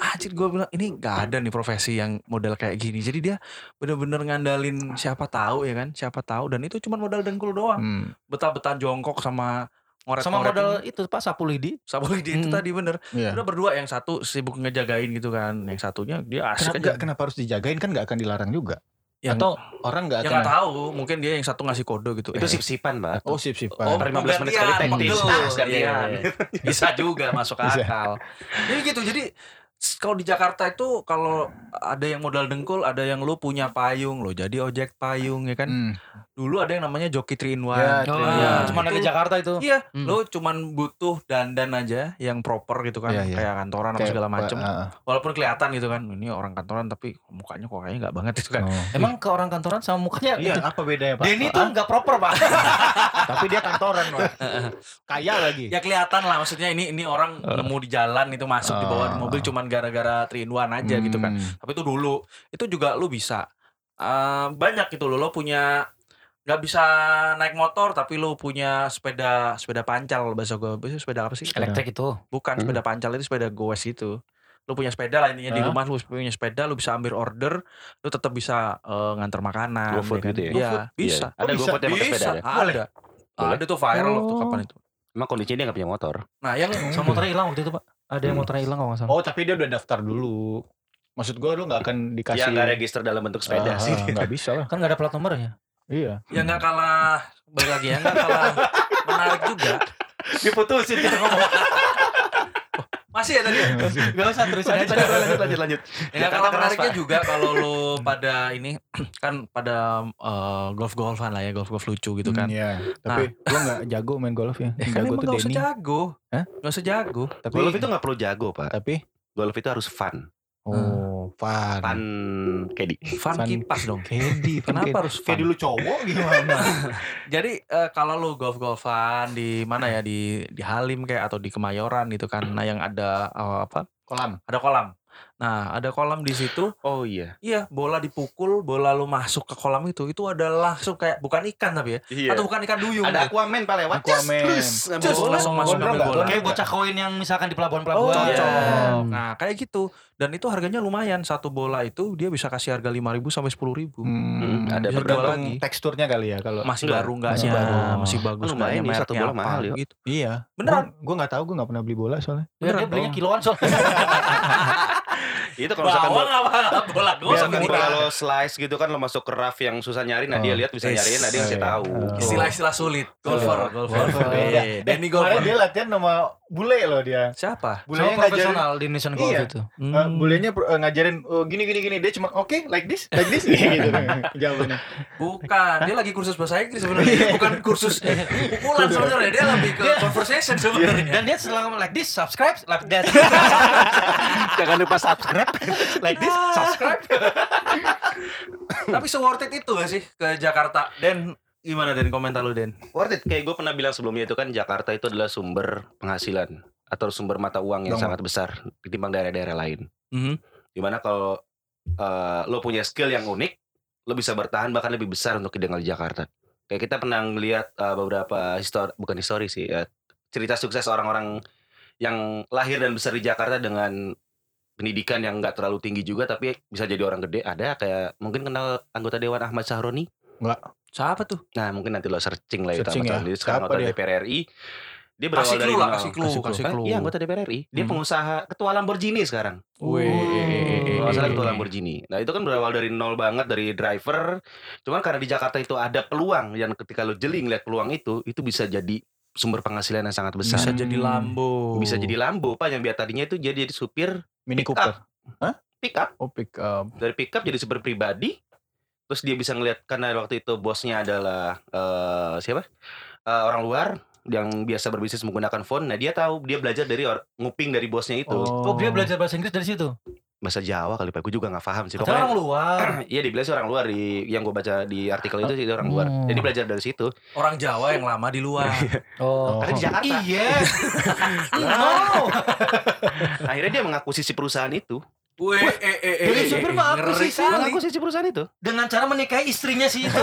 C: anjir gua bilang ini nggak ada nih profesi yang model kayak gini jadi dia bener-bener ngandalin siapa tahu ya kan siapa tahu dan itu cuma modal dengkul doang
D: Hmm.
C: betah-betah jongkok sama ngoret
B: Sama modal itu Pak sapu lidi.
C: sama ide itu
B: Hmm.
C: tadi bener
D: Iya.
C: Udah berdua yang satu sibuk ngejagain gitu kan, yang satunya dia
D: Kenapa,
C: asik
D: nggak-
C: aja.
D: kenapa harus dijagain kan nggak akan dilarang juga.
C: Yang-
B: atau
D: Orang nggak
C: yang
D: akan
C: Ya, nggak tahu mungkin dia yang satu ngasih kode gitu
A: Itu sip-sipan, Mbak.
D: Oh sip sip.
C: Oh,
A: Per 15 menit sekali
C: penggantian,
A: teknis.
C: pegel.
A: Ah, sekalian.
C: Iya, iya, iya. Bisa juga masuk
D: Bisa.
C: akal. Jadi gitu. Jadi s- kalau di Jakarta itu kalau ada yang modal dengkul, ada yang lu punya payung lo. Jadi ojek payung ya kan. Dulu ada yang namanya joki 3 in 1.
D: Ya,
B: Oh,
D: Hmm. Iya.
B: iya.
C: Nah,
B: cuman ada
C: itu-
B: di Jakarta itu.
C: Iya,
B: Hmm.
C: lo cuman butuh dandan aja yang proper gitu kan,
D: Iya, iya.
C: kayak kantoran apa
D: Kayak,
C: segala macem.
D: ah,
C: Walaupun kelihatan gitu kan, ini orang kantoran tapi mukanya kok kayaknya nggak banget itu kan.
D: oh.
B: Emang ke orang kantoran sama mukanya
D: Iya, apa bedanya Pak?
B: Denny tuh nggak proper pak.
D: Tapi dia kantoran Pak. Kaya lagi.
C: Ya kelihatan lah maksudnya ini ini orang
A: Eh.
C: nemu di jalan itu masuk di
A: Ah.
C: bawah
D: Eh.
C: mobil cuman gara-gara 3 in 1 aja gitu kan.
D: Hmm.
C: Tapi itu dulu, itu juga lu bisa eh, banyak gitu lo, lo punya nggak bisa naik motor tapi lu punya sepeda sepeda pancal bahasa gue sepeda apa sih
B: Elektrik itu.
C: bukan
A: Hmm. Ah.
C: sepeda pancal itu sepeda goes gitu lu punya sepeda lah intinya di
D: Hah?
C: rumah lu punya sepeda lu bisa ambil order lu tetap bisa eh, nganter makanan
A: GoFood
C: ya kan?
A: gitu ya?
C: Iya, bisa
A: Iya. Ada
D: Oh,
A: GoFood yang pakai sepeda
C: bisa
A: ada.
C: ada
A: Boleh.
C: ada tuh viral waktu
B: Oh.
C: kapan itu
A: Emang kondisinya dia nggak punya motor.
C: nah yang
B: Sama motornya hilang waktu itu pak. Ada yang
A: Hmm.
B: motornya hilang kalau nggak salah.
D: Oh tapi dia udah daftar dulu. Maksud gue lu nggak
C: Iya,
D: akan dikasih.
A: Ya nggak register dalam bentuk sepeda
D: Ah,
A: sih. dia.
D: Nggak bisa lah.
B: Kan nggak ada plat nomornya.
D: Iya.
C: yang Ya, nggak kalah balik lagi yang nggak kalah menarik juga
A: Diputusin kita ngomong.
C: masih ya tadi ya?
B: Gak usah terus
A: Lanjut, lanjut, lanjut, lanjut.
C: Ya,
A: Jakarta
C: kalau
A: keras,
C: menariknya
A: Pak.
C: juga kalau lu pada ini kan pada golf golfan lah ya golf golf lucu gitu kan.
D: Iya. Tapi gua nggak jago main golf ya.
C: Ya
D: Yang
C: kan
D: jago
C: emang
D: tuh
C: gak usah
D: Denny.
C: jago,
D: Hah?
C: gak usah jago.
D: Tapi
A: Golf itu nggak perlu jago, Pak.
D: tapi
A: Golf itu harus fun.
D: oh fun.
A: Fun kedi.
C: Fan
D: Fan-
C: kipas dong.
D: Kedi. fun
C: Kenapa
D: kedi.
C: harus fan?
D: dulu cowok gitu. gimana?
C: Jadi eh, kalau lu golf golfan di mana ya di di Halim kayak atau di Kemayoran gitu kan, nah yang ada eh, apa?
D: Kolam.
C: Ada kolam. Nah ada kolam di situ,
A: Oh iya.
C: iya bola dipukul, bola lu masuk ke kolam itu, itu adalah langsung kayak bukan ikan tapi ya,
A: Iya.
C: atau bukan ikan duyung. ya?
A: Ada Aquaman Pak lewat.
D: Aquaman.
A: Ambil
C: Cus,
A: bola.
C: langsung masuk
D: gondrong
C: ambil
D: nggak?
C: bola.
B: Kayak bocah koin yang misalkan di pelabuhan-pelabuhan.
C: Oh, cocok.
B: Iya.
C: Nah, kayak gitu. Dan itu harganya lumayan. Satu bola itu dia bisa kasih harga 5.000 sampai 10.000.
D: Hmm,
A: ada
D: bisa
C: berdua
D: tergantung
C: lagi.
D: teksturnya kali ya kalau
C: Masih
A: Enggak,
C: baru enggak
D: masih
C: ya,
D: baru.
C: masih bagus
A: Lumayan
C: enggaknya,
A: nih, satu
C: mereknya
A: bola
C: apa,
A: mahal, yuk.
C: gitu.
D: iya
C: Beneran.
D: gue nggak tahu gue nggak pernah beli bola soalnya
B: Iya, Dia
C: Beneran,
B: belinya
C: Bang.
B: kiloan soalnya.
A: Itu kalau misalkan
C: Bawang apa
B: Gitu.
C: bola
A: Gua
C: doang
A: sampai
C: ini.
D: murah.
A: kalau slice gitu kan lo masuk ke raf yang susah nyari, nah dia
D: Oh.
A: lihat bisa
C: Yes.
A: nyariin, nah dia ngasih
D: Oh, iya.
A: tahu.
D: Oh.
C: Istilah-istilah sulit. Golfer, golfer.
D: Golfer.
C: Eh, Danny
D: Kemarin dia
C: golfer.
D: latihan sama bule loh dia
C: Siapa? Hmm.
B: Sama
D: bulenya ngajarin
B: profesional di Indonesian Golf
D: Iya.
B: itu.
D: eh, bulenya eh, ngajarin eh, gini gini gini dia cuma oke like this like this gitu jawabannya
C: Bukan, dia lagi kursus bahasa Inggris sebenarnya. Bukan kursus pukulan sebenarnya, dia lebih ke conversation sebenarnya.
B: Dan dia setelah ngomong like this, subscribe, like that.
A: Jangan lupa subscribe.
B: like this, subscribe.
C: Ah. Tapi se worth it itu gak sih ke Jakarta? Dan gimana Den komentar lu Den?
A: Worth it. Kayak gue pernah bilang sebelumnya itu kan Jakarta itu adalah sumber penghasilan atau sumber mata uang yang
D: Dong.
A: sangat besar ketimbang daerah-daerah lain.
C: Mhm.
A: Dimana kalau eh, lo punya skill yang unik, lo bisa bertahan bahkan lebih besar untuk didengar di Jakarta. Kayak kita pernah ngeliat eh, beberapa histori, bukan histori sih, eh, cerita sukses orang-orang yang lahir dan besar di Jakarta dengan pendidikan yang nggak terlalu tinggi juga tapi bisa jadi orang gede ada kayak mungkin kenal anggota dewan Ahmad Sahroni
C: Siapa tuh?
A: Nah mungkin nanti lo searching lah itu
D: Searching
A: anggota
D: ya.
A: dia sekarang
D: Apa
A: anggota
D: dia?
A: DPR RI. Dia berawal
C: Kasih
A: dari
C: clue lah,
A: nol.
C: kasih clue, kasih
A: Kan?
C: clue.
A: Iya anggota DPR RI. Dia
C: Hmm.
A: pengusaha ketua Lamborghini sekarang.
C: Wih. eh,
A: Kalau nggak salah ketua Lamborghini. Nah itu kan berawal dari nol banget dari driver. Cuman karena di Jakarta itu ada peluang yang ketika lo jeli ngeliat peluang itu, itu bisa jadi sumber penghasilan yang sangat besar.
C: Bisa Oh.
A: Bisa,
C: jadi Lambo.
A: jadi Lambo pak yang biar tadinya itu jadi jadi supir
D: mini
A: Pick
D: cooper
A: pick up
D: oh pick up
A: dari pick up jadi supir pribadi. Terus dia bisa ngeliat karena waktu itu bosnya adalah eh, siapa Eh, orang luar yang biasa berbisnis menggunakan phone. Nah dia tahu dia belajar dari or- nguping dari bosnya itu
B: Oh, dia belajar bahasa Inggris dari situ.
A: bahasa Jawa kali pak. Gue juga nggak paham sih.
B: Atau
A: Pokoknya
B: orang luar.
A: iya dibilang sih orang luar di yang gue baca di artikel itu sih dia orang luar.
B: Hmm.
A: Jadi belajar dari situ.
C: Orang Jawa yang lama di luar.
B: Oh.
A: Karena di Jakarta
B: Iya. No.
A: akhirnya dia mengakuisisi perusahaan itu.
C: Wih, eh, eh, eh,
B: Jadi
C: eh,
B: supir
C: eh,
B: mah
C: ngeri
B: akuisisi,
C: kali.
A: Mengakuisisi perusahaan itu.
B: Dengan cara menikahi istrinya sih itu.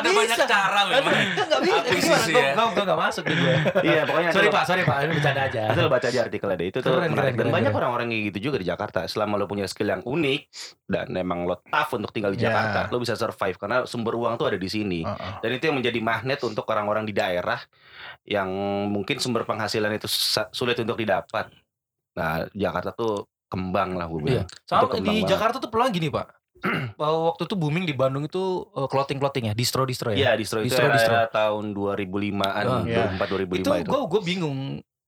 C: Ada banyak cara memang.
B: Enggak bisa.
C: Akuisisi ya.
B: Enggak enggak masuk di gue.
A: iya pokoknya.
B: Sorry
A: nanti lo-
B: Pak, sorry Pak, ini bercanda aja.
A: Nanti lo baca di artikel ada itu tuh
B: Keren, keren,
A: menarik. Dan
B: keren,
A: banyak
B: keren.
A: orang-orang kayak gitu juga di Jakarta. Selama lo punya skill yang unik dan memang lo tough untuk tinggal di
D: Ya.
A: Jakarta, lo bisa survive karena sumber uang tuh ada di sini.
B: Oh.
D: Heeh.
A: Dan itu yang menjadi magnet untuk orang-orang di daerah yang mungkin sumber penghasilan itu sa- sulit untuk didapat. Nah, Jakarta tuh kembang lah gue bilang.
B: Sama
A: Untuk
B: di
A: kembang
B: Jakarta tuh peluang gini Pak. eh, waktu itu booming di Bandung itu eh, clothing-clothing ya, distro-distro ya.
A: Iya, distro itu
B: Distro,
A: era,
B: distro.
A: era tahun 2005-an,
B: Ah,
D: iya.
A: 2004 2005
B: itu
A: itu.
B: gue gue bingung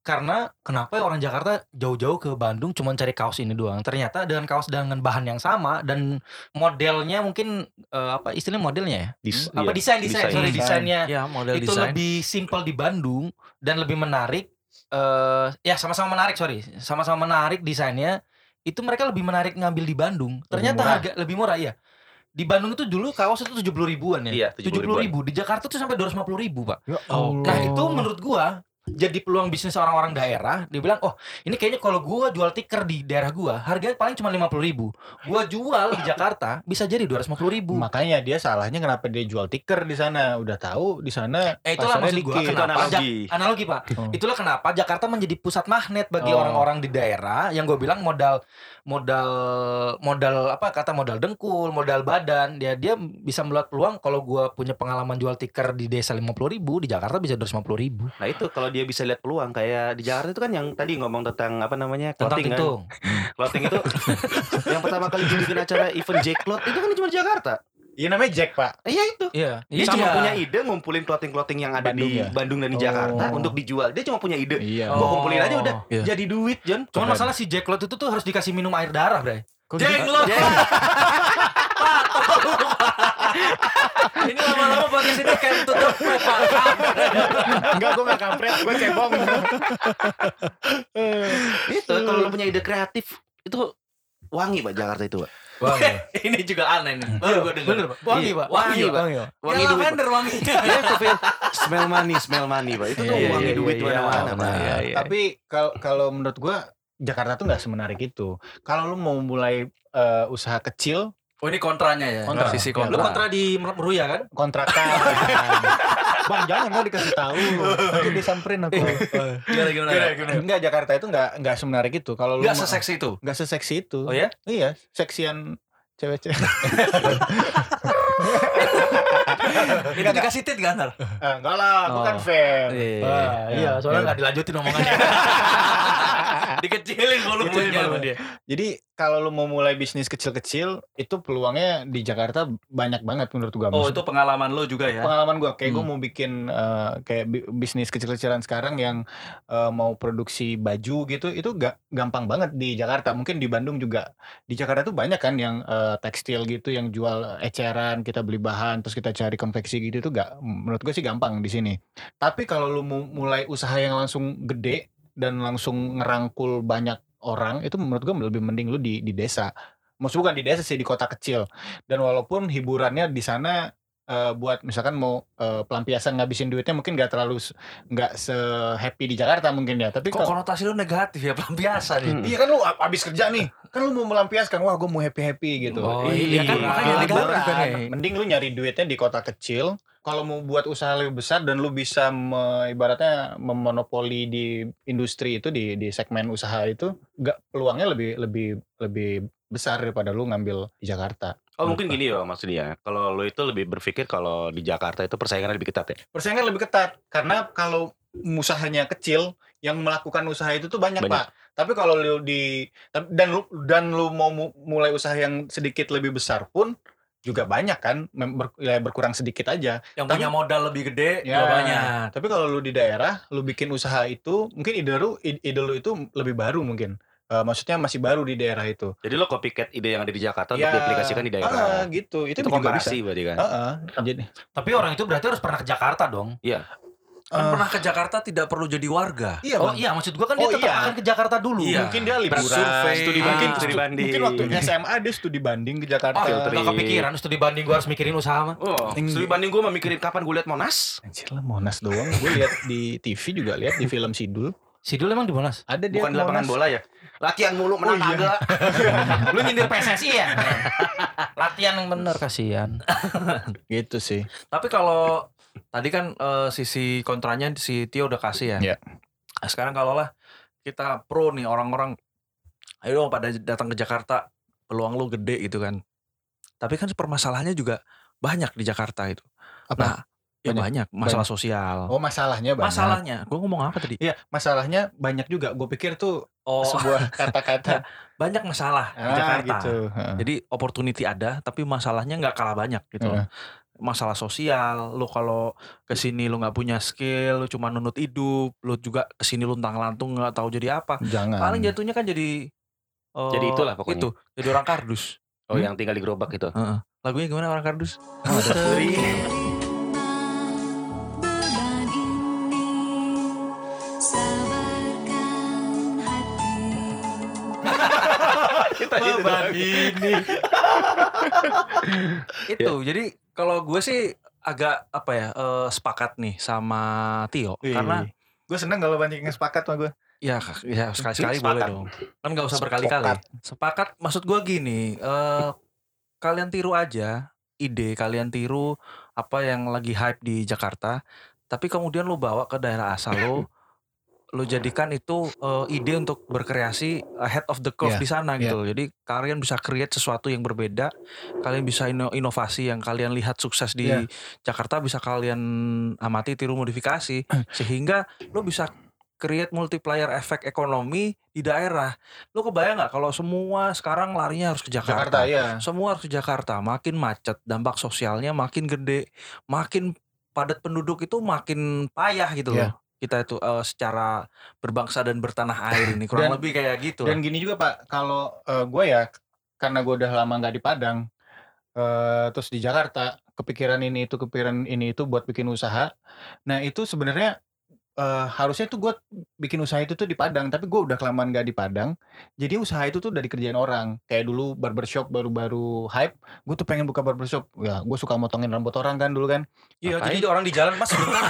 B: karena kenapa orang Jakarta jauh-jauh ke Bandung cuma cari kaos ini doang ternyata dengan kaos dengan bahan yang sama dan modelnya mungkin eh, apa istilahnya modelnya ya
A: Dis- iya,
B: apa desain desain
A: desain.
B: sorry
D: Desain.
B: desainnya
C: Ya model
B: itu
C: desain.
B: lebih simpel di Bandung dan lebih menarik eh ya sama-sama menarik sorry sama-sama menarik desainnya itu mereka lebih menarik ngambil di Bandung ternyata
D: murah.
B: harga lebih murah ya di Bandung itu dulu kaos itu tujuh puluh ribuan ya
A: Iya,
B: tujuh puluh ribu di Jakarta tuh sampai dua ratus ribu pak
D: Ya
C: Allah.
B: Nah itu menurut gua jadi peluang bisnis orang-orang daerah. Dia bilang, oh ini kayaknya kalau gua jual tiker di daerah gua, harganya paling cuma lima puluh ribu. Gua jual di Jakarta bisa jadi dua ratus ribu.
D: Makanya dia salahnya kenapa dia jual tiker di sana. Udah tahu di sana
B: Eh, itulah
D: pasarnya
B: maksud gua,
D: dikit.
A: Itu
B: Kenapa?
A: analogi.
B: Analogi pak,
D: Oh.
A: Hmm.
B: itulah kenapa Jakarta menjadi pusat magnet bagi
D: Oh.
B: orang-orang di daerah yang gue bilang modal modal modal apa kata modal dengkul, modal badan. Dia dia bisa melihat peluang kalau gua punya pengalaman jual tiker di desa lima puluh ribu di Jakarta bisa dua ratus ribu.
A: Nah itu kalau dia bisa lihat peluang kayak di Jakarta itu kan yang tadi ngomong tentang apa namanya
B: Tentang
A: clothing kan.
B: itu.
A: Clothing itu yang pertama kali dia bikin acara event J Cloth itu kan cuma di Jakarta.
D: Iya namanya Jack pak.
A: Eh, Iya itu.
B: Iya.
A: Dia
B: Iya,
A: cuma
B: iya.
A: punya ide ngumpulin clothing-clothing yang ada
D: Bandung
A: di
D: ya?
A: Bandung dan di
D: Oh.
A: Jakarta untuk dijual. Dia cuma punya
B: Oh.
A: ide.
D: Iya.
A: Gua kumpulin aja udah
C: Iya.
A: jadi duit, Jon.
B: Cuman
D: Keren.
B: masalah si Jacklot itu tuh harus dikasih minum air darah, Bray.
C: Jenglot.
B: Ini lama-lama podcast ini kayak tutup
D: Enggak gue gak kampret. Gue cebong.
A: Itu kalau lu punya ide kreatif itu wangi Pak Jakarta itu, Pak.
C: Ini juga aneh nih. Baru gue dengar.
B: iya. Bener, Pak. Iya. Wangi, Pak.
C: Wangi, Pak.
B: Wangi, Pak.
A: Iya.
B: Iya.
A: Wangi duit. Pak.
C: wangi.
A: Iya, aku feel smell money, smell money, Pak. Itu tuh
C: Iya, iya,
A: wangi
C: iya,
A: duit
C: iya,
A: mana-mana,
C: iya,
A: Pak.
C: iya, iya.
D: Tapi kalau kalau menurut gue Jakarta tuh nggak semenarik itu. Kalau lu mau mulai eh, usaha kecil,
C: Oh ini kontranya ya.
D: Kontra.
C: Sisi
D: Ya,
B: Lu
C: kontra.
B: kontra di Meruya kan?
D: kontrakan. Bang jangan gue dikasih tahu. Nanti disamperin aku.
C: Gimana gimana?
D: Enggak Jakarta itu nggak nggak semenarik itu. Kalau lu mau-
C: Enggak seseksi itu.
D: nggak seseksi itu.
C: Oh ya?
D: Iya, seksian cewek-cewek.
C: Ini dikasih tit kan ntar?
D: Ah, enggak lah, aku kan
C: Oh.
D: fan.
B: Wah,
D: iya, soalnya nggak
B: dilanjutin omongannya.
C: Dikecilin volumenya sama dia.
D: Jadi kalau lu mau mulai bisnis kecil-kecil, itu peluangnya di Jakarta banyak banget menurut gua.
C: Oh
D: Maksud-
C: itu pengalaman lo juga ya?
D: pengalaman gua kayak gua
C: Hmm.
D: mau bikin eh, kayak bi- bisnis kecil-kecilan sekarang yang eh, mau produksi baju gitu, itu ga- gampang banget di Jakarta. Mungkin di Bandung juga. Di Jakarta tuh banyak kan yang eh, tekstil gitu, yang jual eceran, kita beli bahan, terus kita cari konveksi gitu itu gak menurut gue sih gampang di sini. Tapi kalau lu mau mulai usaha yang langsung gede dan langsung ngerangkul banyak orang itu menurut gue lebih mending lu di di desa. Maksud bukan di desa sih di kota kecil. Dan walaupun hiburannya di sana eh, buat misalkan mau eh, pelampiasan ngabisin duitnya mungkin gak terlalu s- nggak se happy di Jakarta mungkin ya. Tapi
C: Kok
D: kalau
C: konotasi lo negatif ya? Pelampiasan nih.
A: Hmm.
D: iya kan lu ab- abis kerja nih, kan lu mau melampiaskan, wah gue mau happy happy gitu.
B: Oh,
A: iya
B: iya kan
A: kan,
B: makanya
A: makanya
B: liburan.
D: iya.
C: ya.
D: Mending lu nyari duitnya di kota kecil. Kalau mau buat usaha lebih besar dan lu bisa me- ibaratnya memonopoli di industri itu di di segmen usaha itu, nggak peluangnya lebih lebih lebih besar daripada lu ngambil di Jakarta.
A: Oh mungkin gini ya maksudnya Kalau lo itu lebih berpikir Kalau di Jakarta itu persaingan lebih ketat ya
D: Persaingan lebih ketat karena kalau usahanya kecil, yang melakukan usaha itu tuh banyak,
A: Banyak.
D: pak. Tapi kalau lu di dan lu dan lu mau mu- mulai usaha yang sedikit lebih besar pun juga banyak kan, mem- ber- ya berkurang sedikit aja.
C: Yang
D: Tapi-
C: punya modal lebih gede,
B: Iya.
D: Ya.
C: juga banyak.
D: Tapi kalau lu di daerah, lu bikin usaha itu, mungkin ide lu, ide lu itu lebih baru mungkin. Eh, maksudnya masih baru di daerah itu.
A: Jadi lo copycat ide yang ada di Jakarta
D: Ya.
A: Untuk diaplikasikan di
D: Ah,
A: daerah
D: gitu.
A: Itu,
D: Itu, juga
A: komparasi berarti kan
D: bisa. Ah, ah. Jadi,
B: Tapi orang itu berarti harus pernah ke Jakarta dong.
A: Iya.
C: Kan
D: eh,
C: pernah ke Jakarta tidak perlu jadi warga.
D: iya,
B: Oh
D: Bang.
B: iya, maksud gua kan dia
D: Oh,
B: tetap
D: iya.
B: akan ke Jakarta dulu.
A: ya,
C: Iya.
D: Mungkin dia liburan,
C: survei.
D: studi
C: Ah,
D: banding,
A: studi
D: studi
A: banding. Iya,
D: Mungkin waktu SMA dia studi banding ke Jakarta.
B: Ah,
A: Filtering.
B: nggak kepikiran studi banding gua harus mikirin usaha mah.
A: Oh,
D: Tinggi.
A: studi banding gue memikirin kapan gue lihat Monas.
D: Anjir lah Monas doang. Gue lihat di TV juga lihat di film Sidul.
B: Sidul emang di Monas.
D: Ada dia
A: Bukan di lapangan
D: Monas.
A: bola ya. Latihan mulu menang
D: Oh, iya.
A: kagak.
B: Lu nyindir PSSI ya? Latihan yang bener kasihan.
D: Gitu sih.
C: Tapi kalau tadi kan eh, sisi kontranya si Tio udah kasih ya.
D: Iya.
C: Nah, Sekarang kalau lah kita pro nih orang-orang ayo dong pada datang ke Jakarta, peluang lu gede gitu kan. Tapi kan permasalahannya juga banyak di Jakarta itu.
D: Apa?
C: Nah, ya banyak, masalah sosial.
D: Oh masalahnya banyak.
C: Masalahnya, gue ngomong apa tadi?
D: Iya, masalahnya banyak juga. Gue pikir tuh
C: oh
D: sebuah kata-kata
C: banyak masalah di
D: Ah,
C: Jakarta
D: gitu. Heeh.
C: jadi opportunity ada tapi masalahnya nggak kalah banyak gitu loh. masalah sosial lu kalau kesini lu nggak punya skill lu cuma nunut hidup lu juga kesini luntang lantung nggak tahu jadi apa
D: Jangan.
C: paling jatuhnya kan jadi eh,
A: Jadi itulah pokoknya.
C: itu jadi orang kardus
A: Oh yang tinggal di gerobak itu.
C: Heeh. lagunya gimana orang kardus
E: Beban ini sabarkan hati.
C: beban ini. itu jadi kalau gue sih agak apa ya eh, sepakat nih sama Tio karena
D: gue seneng kalau banyak yang sepakat sama gue.
C: ya ya sekali sekali
A: Sepakat.
C: boleh dong kan nggak usah berkali-kali
D: Sepakat.
C: sepakat maksud gue gini eh, kalian tiru aja ide kalian tiru apa yang lagi hype di Jakarta tapi kemudian lu bawa ke daerah asal lu lu jadikan itu eh, ide untuk berkreasi ahead of the curve
D: Iya,
C: di sana gitu loh. Jadi kalian bisa create sesuatu yang berbeda, kalian bisa ino- inovasi yang kalian lihat sukses di
D: Iya.
C: Jakarta bisa kalian amati tiru modifikasi sehingga lu bisa create multiplier efek ekonomi di daerah. Lu kebayang nggak kalau semua sekarang larinya harus ke
D: Jakarta ya.
C: Jakarta? Semua harus ke Jakarta, makin macet, dampak sosialnya makin gede, makin padat penduduk itu makin payah gitu
D: Iya.
C: loh. Kita itu eh, secara berbangsa dan bertanah air ini kurang
D: Dan-
C: lebih kayak gitu.
D: Dan gini juga Pak, kalau gue ya karena gue udah lama nggak di Padang, eh, terus di Jakarta, kepikiran ini itu kepikiran ini itu buat bikin usaha. Nah itu sebenarnya eh, harusnya tuh gue bikin usaha itu tuh di Padang, tapi gue udah kelamaan nggak di Padang. Jadi usaha itu tuh udah dikerjain orang. Kayak dulu barbershop baru-baru hype, gue tuh pengen buka barbershop. Ya gue suka motongin rambut orang kan dulu kan.
B: Iya,
A: Ngapain?
B: jadi orang di jalan mas sebentar.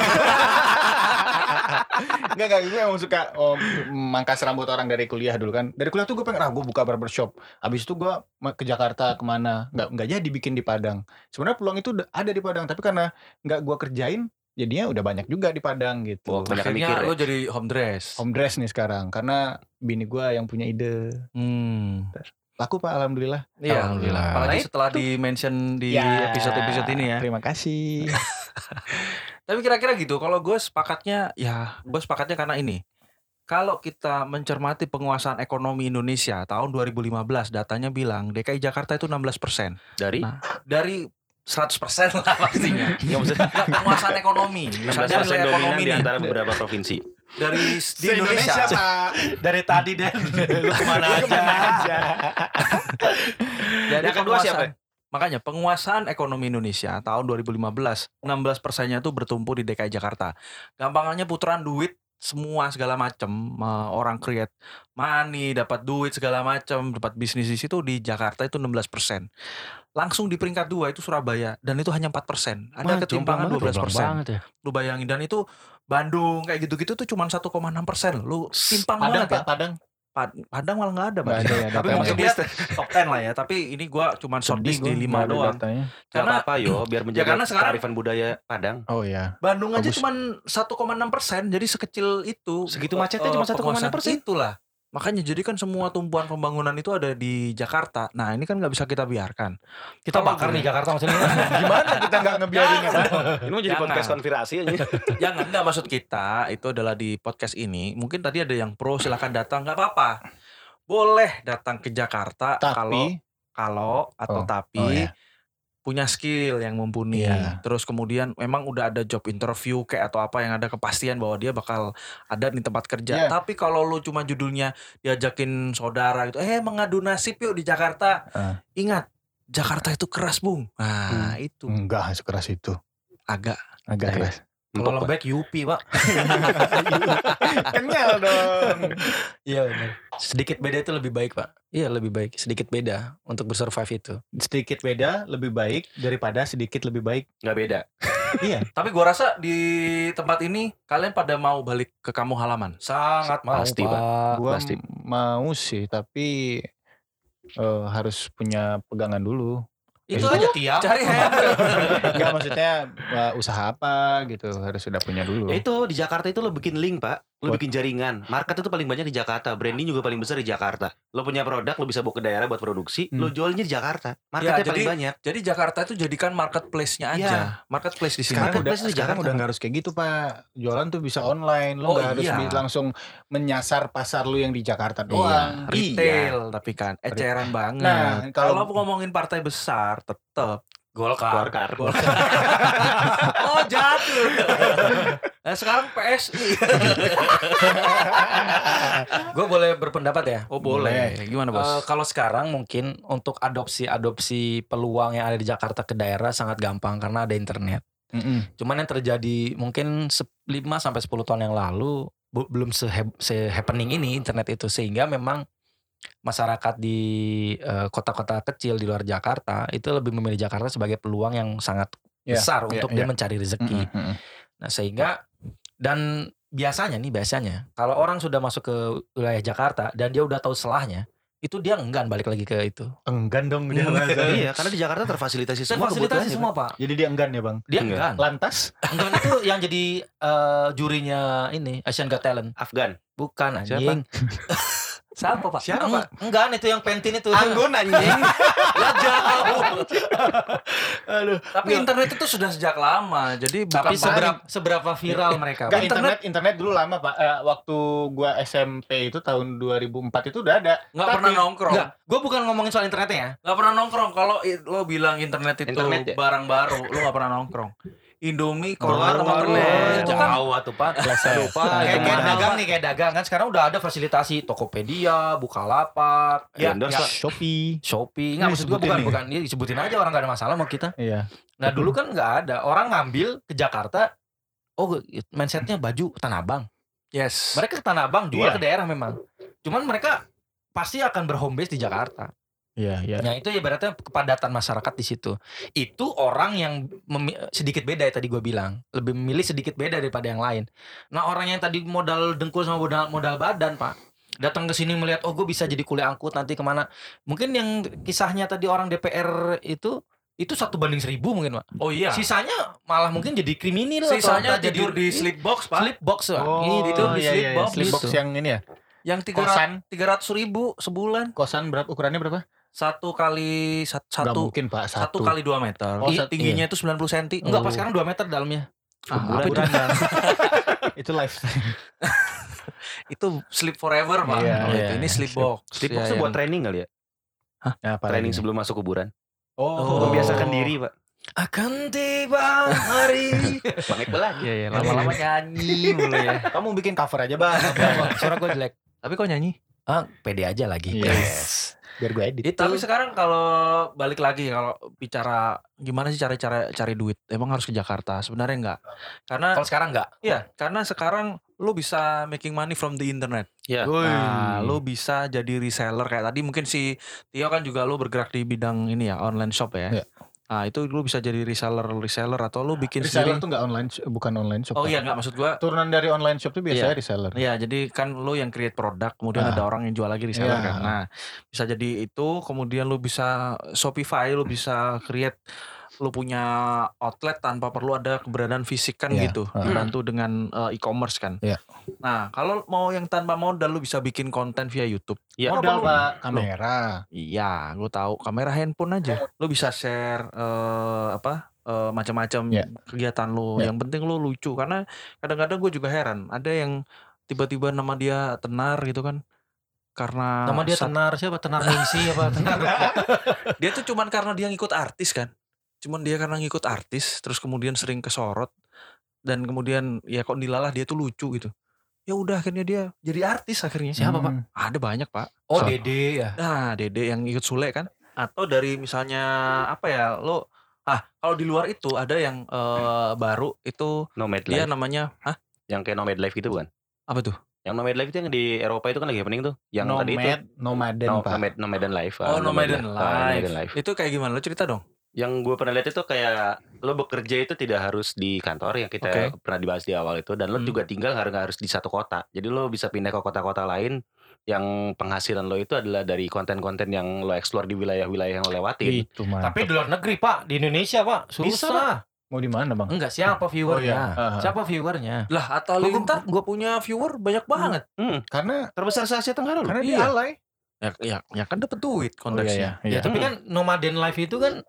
D: Enggak enggak gue emang suka oh, mangkas rambut orang dari kuliah dulu kan. Dari kuliah tuh gue pengen ah gue buka barbershop. Habis itu gue ma- ke Jakarta kemana nggak nggak jadi bikin di Padang. Sebenarnya peluang itu udah ada di Padang tapi karena nggak gue kerjain jadinya udah banyak juga di Padang gitu.
A: Wah, banyak yang
C: Akhirnya
A: mikir.
C: lu
A: ya.
C: jadi home dress.
D: Home dress nih sekarang karena bini gue yang punya ide.
C: Hmm.
D: Laku Pak alhamdulillah.
C: Iya,
D: Alhamdulillah.
C: Apalagi setelah di mention di episode-episode ini ya.
D: Terima kasih.
C: Tapi kira-kira gitu, kalau gue sepakatnya, ya gue sepakatnya karena ini. Kalau kita mencermati penguasaan ekonomi Indonesia tahun 2015, datanya bilang DKI Jakarta itu 16 persen.
A: Dari
C: Nah, Dari 100 persen lah pastinya.
A: ya maksudnya
C: penguasaan ekonomi.
A: 16
C: Dari nilai
A: dominan
C: ekonomi
A: di
C: nih.
A: antara beberapa provinsi.
C: Dari di Indonesia.
D: Pak.
B: Dari tadi dan lu kemana aja?
C: Dari
A: Yang kedua siapa?
C: penguasaan- Makanya penguasaan ekonomi Indonesia tahun 2015, 16 persennya itu bertumpu di DKI Jakarta. Gampangannya putaran duit semua segala macem Eh, orang create money dapat duit segala macem dapat bisnis di situ di Jakarta itu 16 persen langsung di peringkat dua itu Surabaya dan itu hanya 4 persen ada ketimpangan 12 persen
B: ya.
C: lu bayangin dan itu Bandung kayak gitu-gitu tuh cuma 1,6 persen lu timpang
D: Padang
C: banget ya
D: Pak Padang.
C: Pad- Padang malah nggak ada, Pak.
D: Nggak ada ya,
C: tapi
D: datanya.
C: maksudnya top 10 lah ya. Tapi ini gua cuman shortlist di 5 doang.
A: Gak
C: Karena
A: apa-apa yo, biar
C: Ya,
A: menjaga
C: karena sekarang-
A: kearifan budaya Padang.
D: Oh ya.
C: Bandung aja
D: Bagus.
C: cuman 1,6 persen, jadi sekecil itu.
A: Segitu
C: Eh,
A: macetnya
B: oh,
C: eh,
A: cuma 1,6%.
C: penguasaan Itulah. Makanya jadi kan semua tumpuan pembangunan itu ada di Jakarta. Nah ini kan nggak bisa kita biarkan.
B: Kita bakar nih Jakarta maksudnya.
D: Gimana kita nggak ngebiarinnya Pak?
A: Ini mau jadi
C: Jangan.
A: podcast konfirasi aja.
C: Jangan Ya nggak maksud kita itu adalah di podcast ini. Mungkin tadi ada yang pro silakan datang nggak apa-apa. Boleh datang ke Jakarta kalau
D: Tapi
C: kalau atau
D: Oh,
C: tapi
D: oh ya.
C: punya skill yang mumpuni.
D: Iya.
C: Terus kemudian memang udah ada job interview kayak atau apa yang ada kepastian bahwa dia bakal ada di tempat kerja.
D: Iya.
C: Tapi kalau lu cuma judulnya diajakin saudara gitu, eh mengadu nasib yuk di Jakarta.
D: Ah. Hmm.
C: Ingat Jakarta itu keras, Bung. Nah, itu
D: enggak sekeras itu.
C: agak
D: Agak keras.
B: Kalau lembek Yupi, Pak.
D: Kenyal dong.
B: Iya benar. Sedikit beda itu lebih baik pak. Iya lebih baik. Sedikit beda untuk bersurvive itu.
D: Sedikit beda lebih baik daripada sedikit lebih baik.
A: Gak beda.
C: Tapi gua rasa di tempat ini kalian pada mau balik ke kamu halaman.
B: Sangat mau
A: Pasti, Pak.
B: pak.
D: Gua
A: pasti.
D: m- mau sih tapi eh, harus punya pegangan dulu.
C: Itu
D: Itu
C: aja Iya.
B: tiap.
C: cari handle.
D: Enggak maksudnya eh, usaha apa gitu harus sudah punya dulu.
A: Ya itu di Jakarta itu lo bikin link pak Lo bikin jaringan. Market itu paling banyak di Jakarta. Branding juga paling besar di Jakarta. Lo punya produk, lo bisa bawa ke daerah buat produksi.
D: Hmm.
A: Lo jualnya di Jakarta. Marketnya
C: Ya, jadi
A: paling banyak.
C: Jadi Jakarta itu jadikan marketplace-nya aja.
A: Iya.
C: Marketplace di sini. Kan
D: Sekarang udah,
A: Marketplace di
D: sekarang
A: Jakarta.
D: udah nggak harus kayak gitu pak. Jualan tuh bisa online. Lo
C: Oh,
D: nggak harus
C: iya.
D: bi- langsung menyasar pasar lu yang di Jakarta
C: Iya,
D: doang.
C: retail tapi kan eceran banget.
D: Nah,
C: kalau
D: kalau-
C: ngomongin partai besar tetap
B: Golkar.
A: Golkar.
C: oh jatuh. nah, sekarang PSI.
B: Gue boleh berpendapat ya?
C: Oh boleh. Gimana
B: Eh,
C: bos?
B: kalau sekarang mungkin untuk adopsi-adopsi peluang yang ada di Jakarta ke daerah sangat gampang karena ada internet.
D: Mm-mm.
B: Cuman yang terjadi mungkin 5 sampai 10 tahun yang lalu bu- belum sehe- se-happening ini internet itu sehingga memang masyarakat di eh, kota-kota kecil di luar Jakarta itu lebih memilih Jakarta sebagai peluang yang sangat
D: Iya,
B: besar
D: iya,
B: untuk dia
D: iya.
B: mencari rezeki.
D: Mm-mm, mm-mm.
B: Nah sehingga dan biasanya nih biasanya kalau orang sudah masuk ke wilayah Jakarta dan dia udah tahu selahnya itu dia enggan balik lagi ke itu.
D: Enggan dong dia.
A: iya, karena di Jakarta terfasilitasi semua.
B: Terfasilitasi
A: kebutuhannya,
B: semua pak.
D: Jadi dia enggan ya bang.
B: Dia
A: Enggak.
B: enggan.
D: Lantas
B: Enggan itu yang jadi eh, jurinya ini Asian Got Talent.
A: Pak. Afgan.
B: Bukan
C: Siapa?
B: anjing. Siapa pak?
C: Siapa,
B: Eng-
C: Pak?
B: Enggan itu yang pentin itu.
A: anjing.
C: Tapi internet itu sudah sejak lama. Jadi
B: Tapi
C: bukan
B: seberapa, seberapa viral mereka?
D: Nggak,
B: Pak?
D: internet internet dulu lama pak. Eh, waktu gua SMP itu tahun 2004 itu udah ada.
C: nggak
D: Tapi-
C: pernah nongkrong.
B: Enggak, gue bukan ngomongin soal internetnya ya.
C: Nggak pernah nongkrong. Kalau i- lo bilang internet itu
A: Internet ya?
C: barang baru, lo nggak pernah nongkrong. Indomie, kolar,
A: Baru, baru.
C: warnet, itu kan
B: Jawa tuh pak.
D: Lupa.
B: kayak, kayak
C: mahal,
B: dagang
C: Pak.
B: nih kayak dagang kan sekarang udah ada fasilitasi Tokopedia, Bukalapak, ya,
A: Vendor
B: ya,
D: Shopee.
B: Shopee. Enggak
D: Ini
B: maksud gua
D: disebutin
B: bukan
D: nih.
B: bukan Ini disebutin aja orang gak ada masalah sama kita.
D: Iya.
B: Nah, dulu kan nggak ada. Orang ngambil ke Jakarta Oh, mindsetnya baju Tanah Abang.
C: Yes.
B: Mereka ke Tanah Abang jual
D: Iya.
B: ke daerah memang. Cuman mereka pasti akan berhome base di Jakarta.
D: Iya iya.
C: Ya.
B: Nah itu ibaratnya kepadatan masyarakat di situ. Itu orang yang memi- sedikit beda ya tadi gue bilang, lebih memilih sedikit beda daripada yang lain. Nah orang yang tadi modal dengkul sama modal modal badan pak, datang ke sini melihat oh gue bisa jadi kuliah angkut nanti kemana? Mungkin yang kisahnya tadi orang DPR itu itu satu banding seribu mungkin pak.
C: Oh iya.
B: Sisanya malah mungkin jadi kriminal. atau
C: Sisanya
B: apa, jadi
C: tidur di sleep box, Pak.
B: Sleep box pak.
D: Oh,
B: Gitu, di
D: iya,
B: sleep
D: iya,
B: box,
D: sleep box
B: gitu.
D: yang ini ya.
C: Yang
D: Kosan.
C: tiga ratus ribu sebulan
D: Kosan berat ukurannya berapa?
C: satu kali sat-
D: Nggak
C: satu
D: mungkin pak.
C: satu
D: Satu.
C: kali dua meter.
D: Oh,
C: Ih,
D: satu,
C: tingginya itu 90 cm.
B: Enggak pas
C: kan?
B: sekarang 2 meter dalamnya.
C: apa itu?
D: itu live.
C: itu sleep forever, Pak.
D: Iya,
C: Oh,
D: iya.
C: itu. Ini sleep box.
A: Sleep box
C: Ya,
A: tuh buat
C: yang-
A: training kali ya.
D: Nah, apa
A: Training
D: lagi?
A: sebelum masuk kuburan.
C: Oh.
A: Membiasakan diri, Pak.
B: Akan tiba hari
A: Bang Iqbal lagi.
C: Iya, iya, lama-lama nyanyi mulu ya.
D: Kamu bikin cover aja bang.
B: Suara gue jelek.
C: Tapi kok nyanyi?
B: Ah, pede aja lagi.
D: Yes. Biar gue edit.
B: Itu.
C: Iya, Tapi sekarang kalau balik lagi kalau bicara gimana sih cara-cara cari duit? Emang harus ke Jakarta? Sebenarnya enggak. Karena
B: kalau sekarang enggak.
C: Iya, karena sekarang lu bisa making money from the internet.
A: Iya.
C: Nah, lu bisa jadi reseller kayak tadi mungkin si Tio kan juga lu bergerak di bidang ini ya, online shop
D: Iya.
C: ya.
D: Nah,
C: Nah, itu lu bisa jadi reseller reseller atau lu bikin
D: Reseller
C: sendiri.
D: tuh nggak online, sh- bukan online shop.
C: Oh
D: Pak.
C: iya, enggak maksud gua
D: Turunan dari online shop tuh biasanya reseller.
C: Iya, jadi kan lu yang create produk, kemudian
D: Ah.
C: ada orang yang jual lagi reseller
D: Iya.
C: kan. Nah, bisa jadi itu, kemudian lu bisa Shopify, lu bisa create lu punya outlet tanpa perlu ada keberadaan fisik kan
D: Iya.
C: gitu.
D: Ah.
C: Dibantu dengan eh, e-commerce kan.
D: Iya.
C: Nah, kalau mau yang tanpa modal lu bisa bikin konten via YouTube.
A: Iya.
D: Modal
C: Apa lu?
D: pak, kamera.
C: Iya, gue tahu kamera handphone aja. Lu bisa share eh, apa? eh, macam-macam
B: Ya.
D: Iya.
C: kegiatan lu.
D: Iya.
C: Yang penting lu lucu karena kadang-kadang gue juga heran, ada yang tiba-tiba nama dia tenar gitu kan. Karena
B: Nama dia
C: sat-
B: tenar siapa? Tenar Ningsi apa? Tenar.
C: dia tuh cuman karena dia ngikut artis kan. Cuman dia karena ngikut artis terus kemudian sering kesorot dan kemudian ya kok dilalah dia tuh lucu gitu. Ya udah akhirnya dia jadi artis akhirnya.
D: Pak?
C: Ada banyak, Pak.
B: Oh, Dede ya.
C: Nah, Dede yang ikut Sule kan? Atau dari misalnya apa ya? Lo ah kalau di luar itu ada yang eh, baru itu
A: Nomad
C: dia
A: Life.
C: namanya hah
A: Yang kayak Nomad Life gitu bukan?
C: apa tuh?
A: Yang Nomad Life itu yang di Eropa itu kan lagi happening tuh. Yang
D: nomad,
A: tadi itu
D: nomaden
A: No-
D: pak.
A: Nomad Nomaden Life. ah,
C: Oh, Nomaden
A: ah,
C: Life.
A: Nomaden Life.
C: Itu kayak gimana? Lo cerita dong.
A: Yang gue pernah lihat itu kayak lo bekerja itu tidak harus di kantor yang kita
C: Oke.
A: pernah dibahas di awal itu dan lo
C: Hmm.
A: juga tinggal nggak nggak harus di satu kota. Jadi lo bisa pindah ke kota-kota lain yang penghasilan lo itu adalah dari konten-konten
B: Iya.
A: yang lo explore di wilayah-wilayah yang lo lewatin.
D: Itu mah.
B: Tapi di luar negeri, Pak. Di Indonesia, Pak. Susah. Oh, iya.
A: Bisa, Pak.
D: Mau di mana bang?
B: Enggak, siapa viewernya?
D: Ah, ah.
B: Siapa viewernya?
C: Lah Atta Hmm. Halilintar gua punya viewer banyak banget.
D: Karena
A: Terbesar se Asia Tenggara loh.
D: karena dia
C: Iya.
D: alay.
C: Ya, ya, ya kan dapat duit
D: Oh,
C: konteksnya.
D: iya, iya.
B: Ya, tapi kan nomaden life itu kan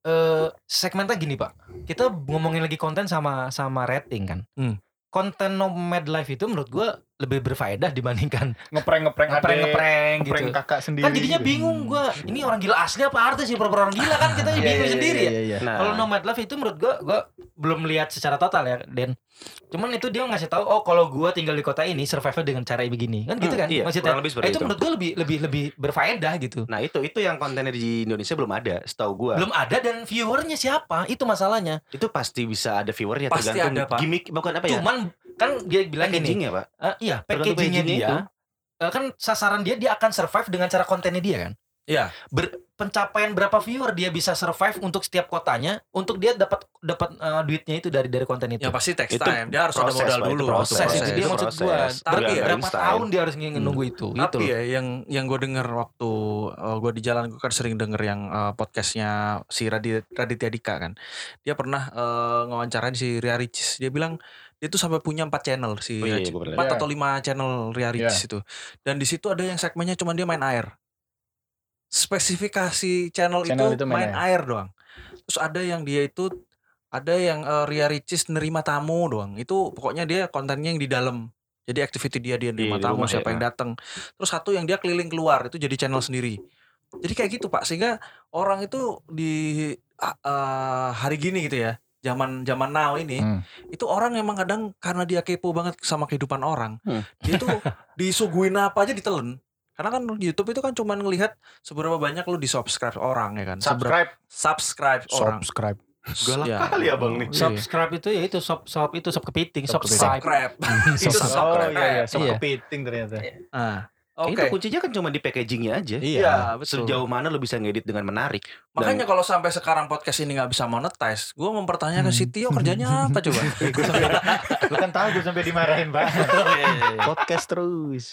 B: eh segmennya gini pak. Kita ngomongin lagi konten sama sama rating kan.
C: Hmm.
B: Konten nomad life itu menurut gua lebih berfaedah dibandingkan
D: Ngepreng ngepreng
B: ngeprank
D: adik,
B: ngeprank gitu.
D: ngepreng kakak sendiri.
B: Kan jadinya bingung gua. Ini orang gila asli apa artis sih pura orang gila kan
A: Iya,
B: kita bingung sendiri ya.
A: Nah,
B: Kalau nomad life itu menurut gua gua belum lihat secara total ya Den. Cuman itu dia ngasih tahu oh kalau gua tinggal di kota ini survive dengan cara begini kan gitu
A: Hmm,
B: kan
A: iya,
B: maksudnya.
A: kurang lebih
B: Nah,
A: seperti
B: itu
A: itu.
B: menurut gua lebih lebih lebih berfaedah gitu.
A: Nah itu itu yang kontennya di Indonesia belum ada, setahu gua.
B: belum ada dan viewernya siapa itu masalahnya
A: Itu pasti bisa ada viewernya
C: Pasti
A: tergantung
C: ada, Pak.
A: gimmick bukan apa ya?
B: cuman kan dia bilang gini
A: packagingnya pak.
B: "Eh, iya
A: Tergantung
B: packagingnya
A: packagingnya
B: dia eh, kan sasaran dia dia akan survive dengan cara kontennya dia kan
C: Iya.
B: Ber- pencapaian berapa viewer dia bisa survive untuk setiap kotanya untuk dia dapat dapat eh, duitnya itu dari dari konten itu
C: Ya pasti text
A: Itu
C: time. Dia harus ada
A: proses,
C: modal
A: Pak, itu
C: dulu.
A: proses.
B: proses, itu dia
A: Itu
B: maksud
A: proses. Iya,
B: gua tapi
A: Tergantung
B: berapa
A: style.
B: tahun dia harus nge- nunggu itu gitu loh.
C: Tapi ya yang yang gue denger waktu gue di jalan gue kan sering denger yang eh, podcastnya si Radit- Raditya Dika kan. Dia pernah eh, ngewawancarain si Ria Ricis. Dia bilang dia tuh sampai punya 4 channel
A: Oh,
C: si
A: iya,
C: Ria
A: iya, gua pernah
C: empat
D: Iya.
C: atau lima channel Ria Ricis itu. Dan di situ ada yang segmennya cuman dia main air. Spesifikasi channel,
D: Channel
C: itu,
D: itu main
C: main air. doang. Terus ada yang dia itu ada yang eh, Ria Ricis nerima tamu doang. Itu pokoknya dia kontennya yang di dalam. Jadi activity dia dia
A: di
C: nerima tamu
A: rumah, ya.
C: siapa yang datang. Terus satu yang dia keliling keluar itu jadi channel sendiri. Jadi kayak gitu Pak sehingga orang itu di ah, eh, hari gini gitu ya. Zaman zaman now ini
D: Hmm.
C: itu orang emang kadang karena dia kepo banget sama kehidupan orang
A: Hmm.
C: dia tuh disuguhin apa aja ditelen karena kan YouTube itu kan cuman ngelihat seberapa banyak lu di subscribe orang ya kan
D: Subscribe,
C: Seberapa- subscribe orang
D: subscribe.
A: Galak kali ya, Bang, nih.
C: Iya.
B: subscribe itu ya itu sub sub itu sub kepiting sub
D: Sub kepiting.
B: subscribe
C: subscribe itu
B: Sub-
D: Oh
C: subscribe
D: iya iya, sok
B: Iya.
D: kepiting ternyata.
C: Ah, oke
A: Itu kuncinya kan cuma di packagingnya aja.
C: Iya, betul.
A: Sejauh mana lo bisa ngedit dengan menarik?
C: Makanya kalau sampai sekarang podcast ini nggak bisa monetize, gue mempertanyakan si Tio kerjanya apa coba?
D: Lu kan tahu gue sampai dimarahin pak. Podcast terus.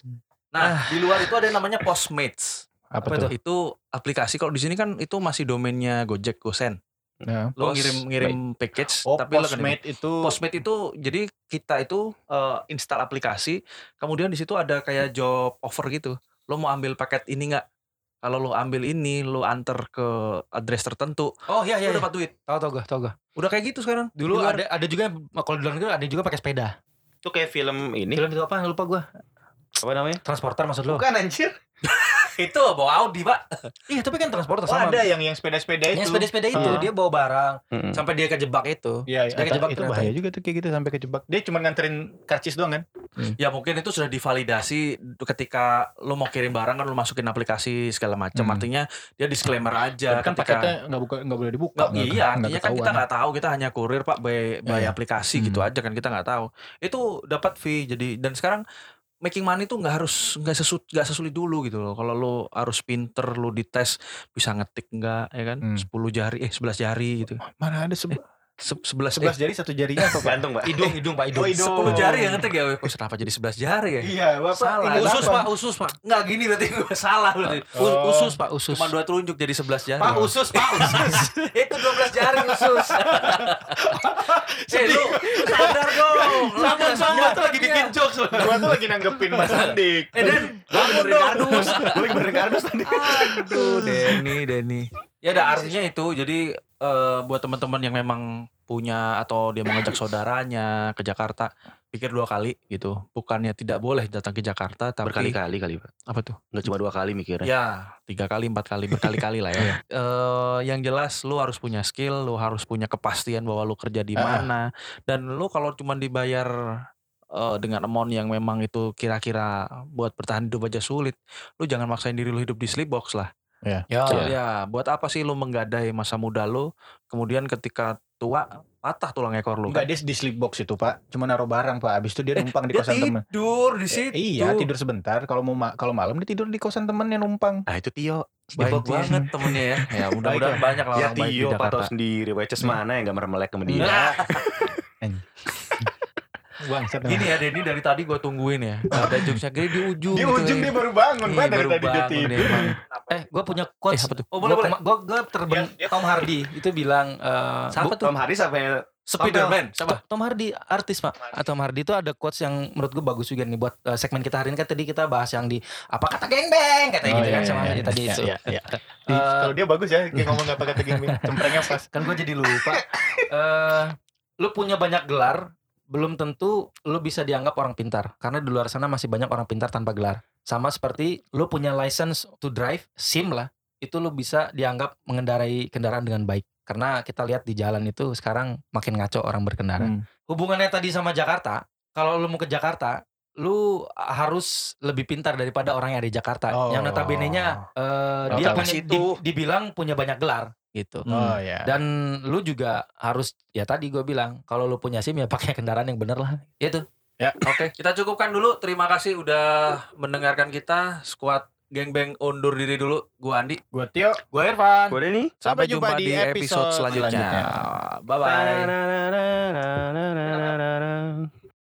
C: Nah, di luar itu ada yang namanya Postmates.
D: Apa,
B: Apa
D: tuh?
C: Itu aplikasi kalau di sini kan itu masih domainnya Gojek, Gosen.
D: Ya.
A: Postmate.
C: Lo ngirim ngirim package,
D: Oh,
C: tapi lo kan
D: Postmate itu
C: Postmate itu jadi kita itu eh, install aplikasi, kemudian di situ ada kayak job offer gitu. Lo mau ambil paket ini nggak? Kalau lo ambil ini, lo anter ke address tertentu,
B: oh iya
C: lo
B: iya, iya.
C: dapat duit.
B: tahu tahu gua tahu gua
C: Udah kayak gitu sekarang.
B: dulu
C: Di luar-
B: ada ada juga yang- kalau di luar negeri ada yang juga pakai sepeda
A: Itu kayak film ini
B: film itu apa lupa gua
A: apa namanya?
B: transporter maksud lo
A: Bukan anjir.
C: itu bawa Audi pak.
B: Iya tapi kan transporter
D: Oh,
B: sama.
D: ada yang yang sepeda-sepeda itu.
B: Yang sepeda-sepeda itu
D: Ah.
B: dia bawa barang sampai dia kejebak itu.
D: Iya, iya.
B: Dia kejebak
D: itu
B: ternyata.
D: bahaya juga tuh kayak gitu sampai kejebak. Dia cuma nganterin karcis doang kan?
C: Ya mungkin itu sudah divalidasi ketika lo mau kirim barang kan lo masukin aplikasi segala macam.
D: Hmm.
C: Artinya dia disclaimer
D: Tapi kan
C: aja. Iya, ketika-
D: paketnya nggak buka nggak boleh dibuka.
C: Nggak, iya,
D: nggak
C: artinya kan kita
D: ketahuan.
C: nggak tahu, kita hanya kurir pak by, by
D: Iya.
C: aplikasi gitu
D: Hmm.
C: aja kan kita nggak tahu. Itu dapat fee jadi dan sekarang making money tuh nggak harus nggak sesut nggak sesulit dulu gitu loh. Kalau lo harus pinter, lo dites bisa ngetik nggak ya kan?
D: Hmm.
C: 10 jari, eh 11 jari gitu.
D: Mana ada sebelas
C: Se- 11
D: sebelas jari satu jarinya apa pak?
A: Gantung, Pak.
B: Hidung, hidung Pak hidung.
D: Oh, hidung.
C: 10 jari yang ngetik ya. Wih, kok Kenapa jadi 11 jari ya?
D: Iya, bapak.
C: Salah.
D: ini
B: Usus
D: apa?
B: Pak, usus Pak.
C: Nggak gini berarti gue salah berarti.
B: Us-
D: Oh.
B: Usus Pak, usus.
C: Cuma dua telunjuk jadi 11 jari.
B: Pak usus, Pak usus. itu 12 jari usus.
C: eh lu sadar dong.
B: Sama sama tuh lagi bikin jokes.
D: Gua tuh lagi nanggepin Mas Andik.
C: Eh Dan, bangun dong.
D: Gue bener kardus tadi.
C: Aduh, Denny, Denny. Ya udah artinya itu. Jadi eh, buat teman-teman yang memang punya atau dia mau ngajak saudaranya ke Jakarta, pikir dua kali gitu. Bukannya tidak boleh datang ke Jakarta, tapi
A: Berkali-kali kali pak.
C: apa tuh?
A: Nggak cuma dua kali mikirnya.
C: Ya, tiga kali, empat kali, berkali-kali lah ya. Eh, yang jelas lu harus punya skill, lu harus punya kepastian bahwa lu kerja di
D: Ah.
C: mana dan lu kalau cuma dibayar eh, dengan amount yang memang itu kira-kira buat bertahan hidup aja sulit. Lu jangan maksain diri lu hidup di sleep box lah.
B: Ya.
A: Iya.
C: Ya, buat apa sih lu menggadai masa muda lu kemudian ketika tua patah tulang ekor lu?
D: Enggak
C: kan?
D: dia di sleep box itu pak, cuma naruh barang pak. Abis itu dia numpang di
C: Dia
D: kosan temen.
C: tidur di situ.
D: Iya tidur sebentar. Kalau mau ma- kalau malam dia tidur di kosan temen yang numpang.
A: Ah itu Tio.
C: Baik
A: Baik
C: banget temennya ya. Ya, mudah-mudahan banyak lah
A: Ya
C: orang baik
A: Tio
C: di Jakarta. Iya.
B: Nah,
A: patah sendiri. Weces mana yang gak mermelek sama dia?
C: Nah,
D: Bangsat.
C: Gini ya Denny dari tadi gue tungguin ya. Nggak Ada jokesnya gini di ujung.
D: Di
C: gitu.
D: ujung dia baru bangun,
C: Ih,
D: Pak, dari
C: baru
D: tadi dia
C: bangun
D: tidur.
C: dia, Bang.
B: Eh, gue punya quotes.
C: Eh, apa tuh?
B: Oh, boleh, boleh. Gue gue terben
C: Iya,
B: Tom Hardy itu bilang eh,
A: Siapa tuh? Tom Hardy sampai
C: Spiderman. Siapa?
B: Tom Hardy artis pak. Ah, Tom Hardy itu ada quotes yang menurut gue bagus juga nih buat eh, segmen kita hari ini kan tadi kita bahas yang di apa kata gengbeng katanya
D: Oh,
B: gitu
D: iya,
B: kan sama
D: iya,
B: Hardy
D: iya.
B: tadi
D: Iya,
B: itu.
D: iya, iya. Di-
B: Eh,
D: Kalau dia bagus ya, dia ngomong gak pakai tagging cemprengnya pas.
B: kan gue jadi lupa. Eh, lu punya banyak gelar, belum tentu lu bisa dianggap orang pintar karena di luar sana masih banyak orang pintar tanpa gelar. Sama seperti lu punya license to drive, SIM lah, itu lu bisa dianggap mengendarai kendaraan dengan baik. Karena kita lihat di jalan itu sekarang makin ngaco orang berkendara.
D: Hmm.
B: Hubungannya tadi sama Jakarta, kalau lu mau ke Jakarta, lu harus lebih pintar daripada orang yang ada di Jakarta.
D: Oh.
B: Yang notabene-nya eh, dia
D: Otak
B: punya, di- dibilang punya banyak gelar gitu.
C: Hmm.
D: Oh ya.
B: Dan lu juga harus ya tadi gue bilang kalau lu punya SIM ya pakai kendaraan yang bener lah. Iya Itu.
C: Oke, kita cukupkan dulu. Terima kasih udah mendengarkan kita. Squad Gengbeng undur diri dulu. Gua Andi.
D: Gua Tio.
A: Gue Irfan. Gue Denny.
D: Sampai jumpa di episode selanjutnya.
C: Bye bye.
A: Bye.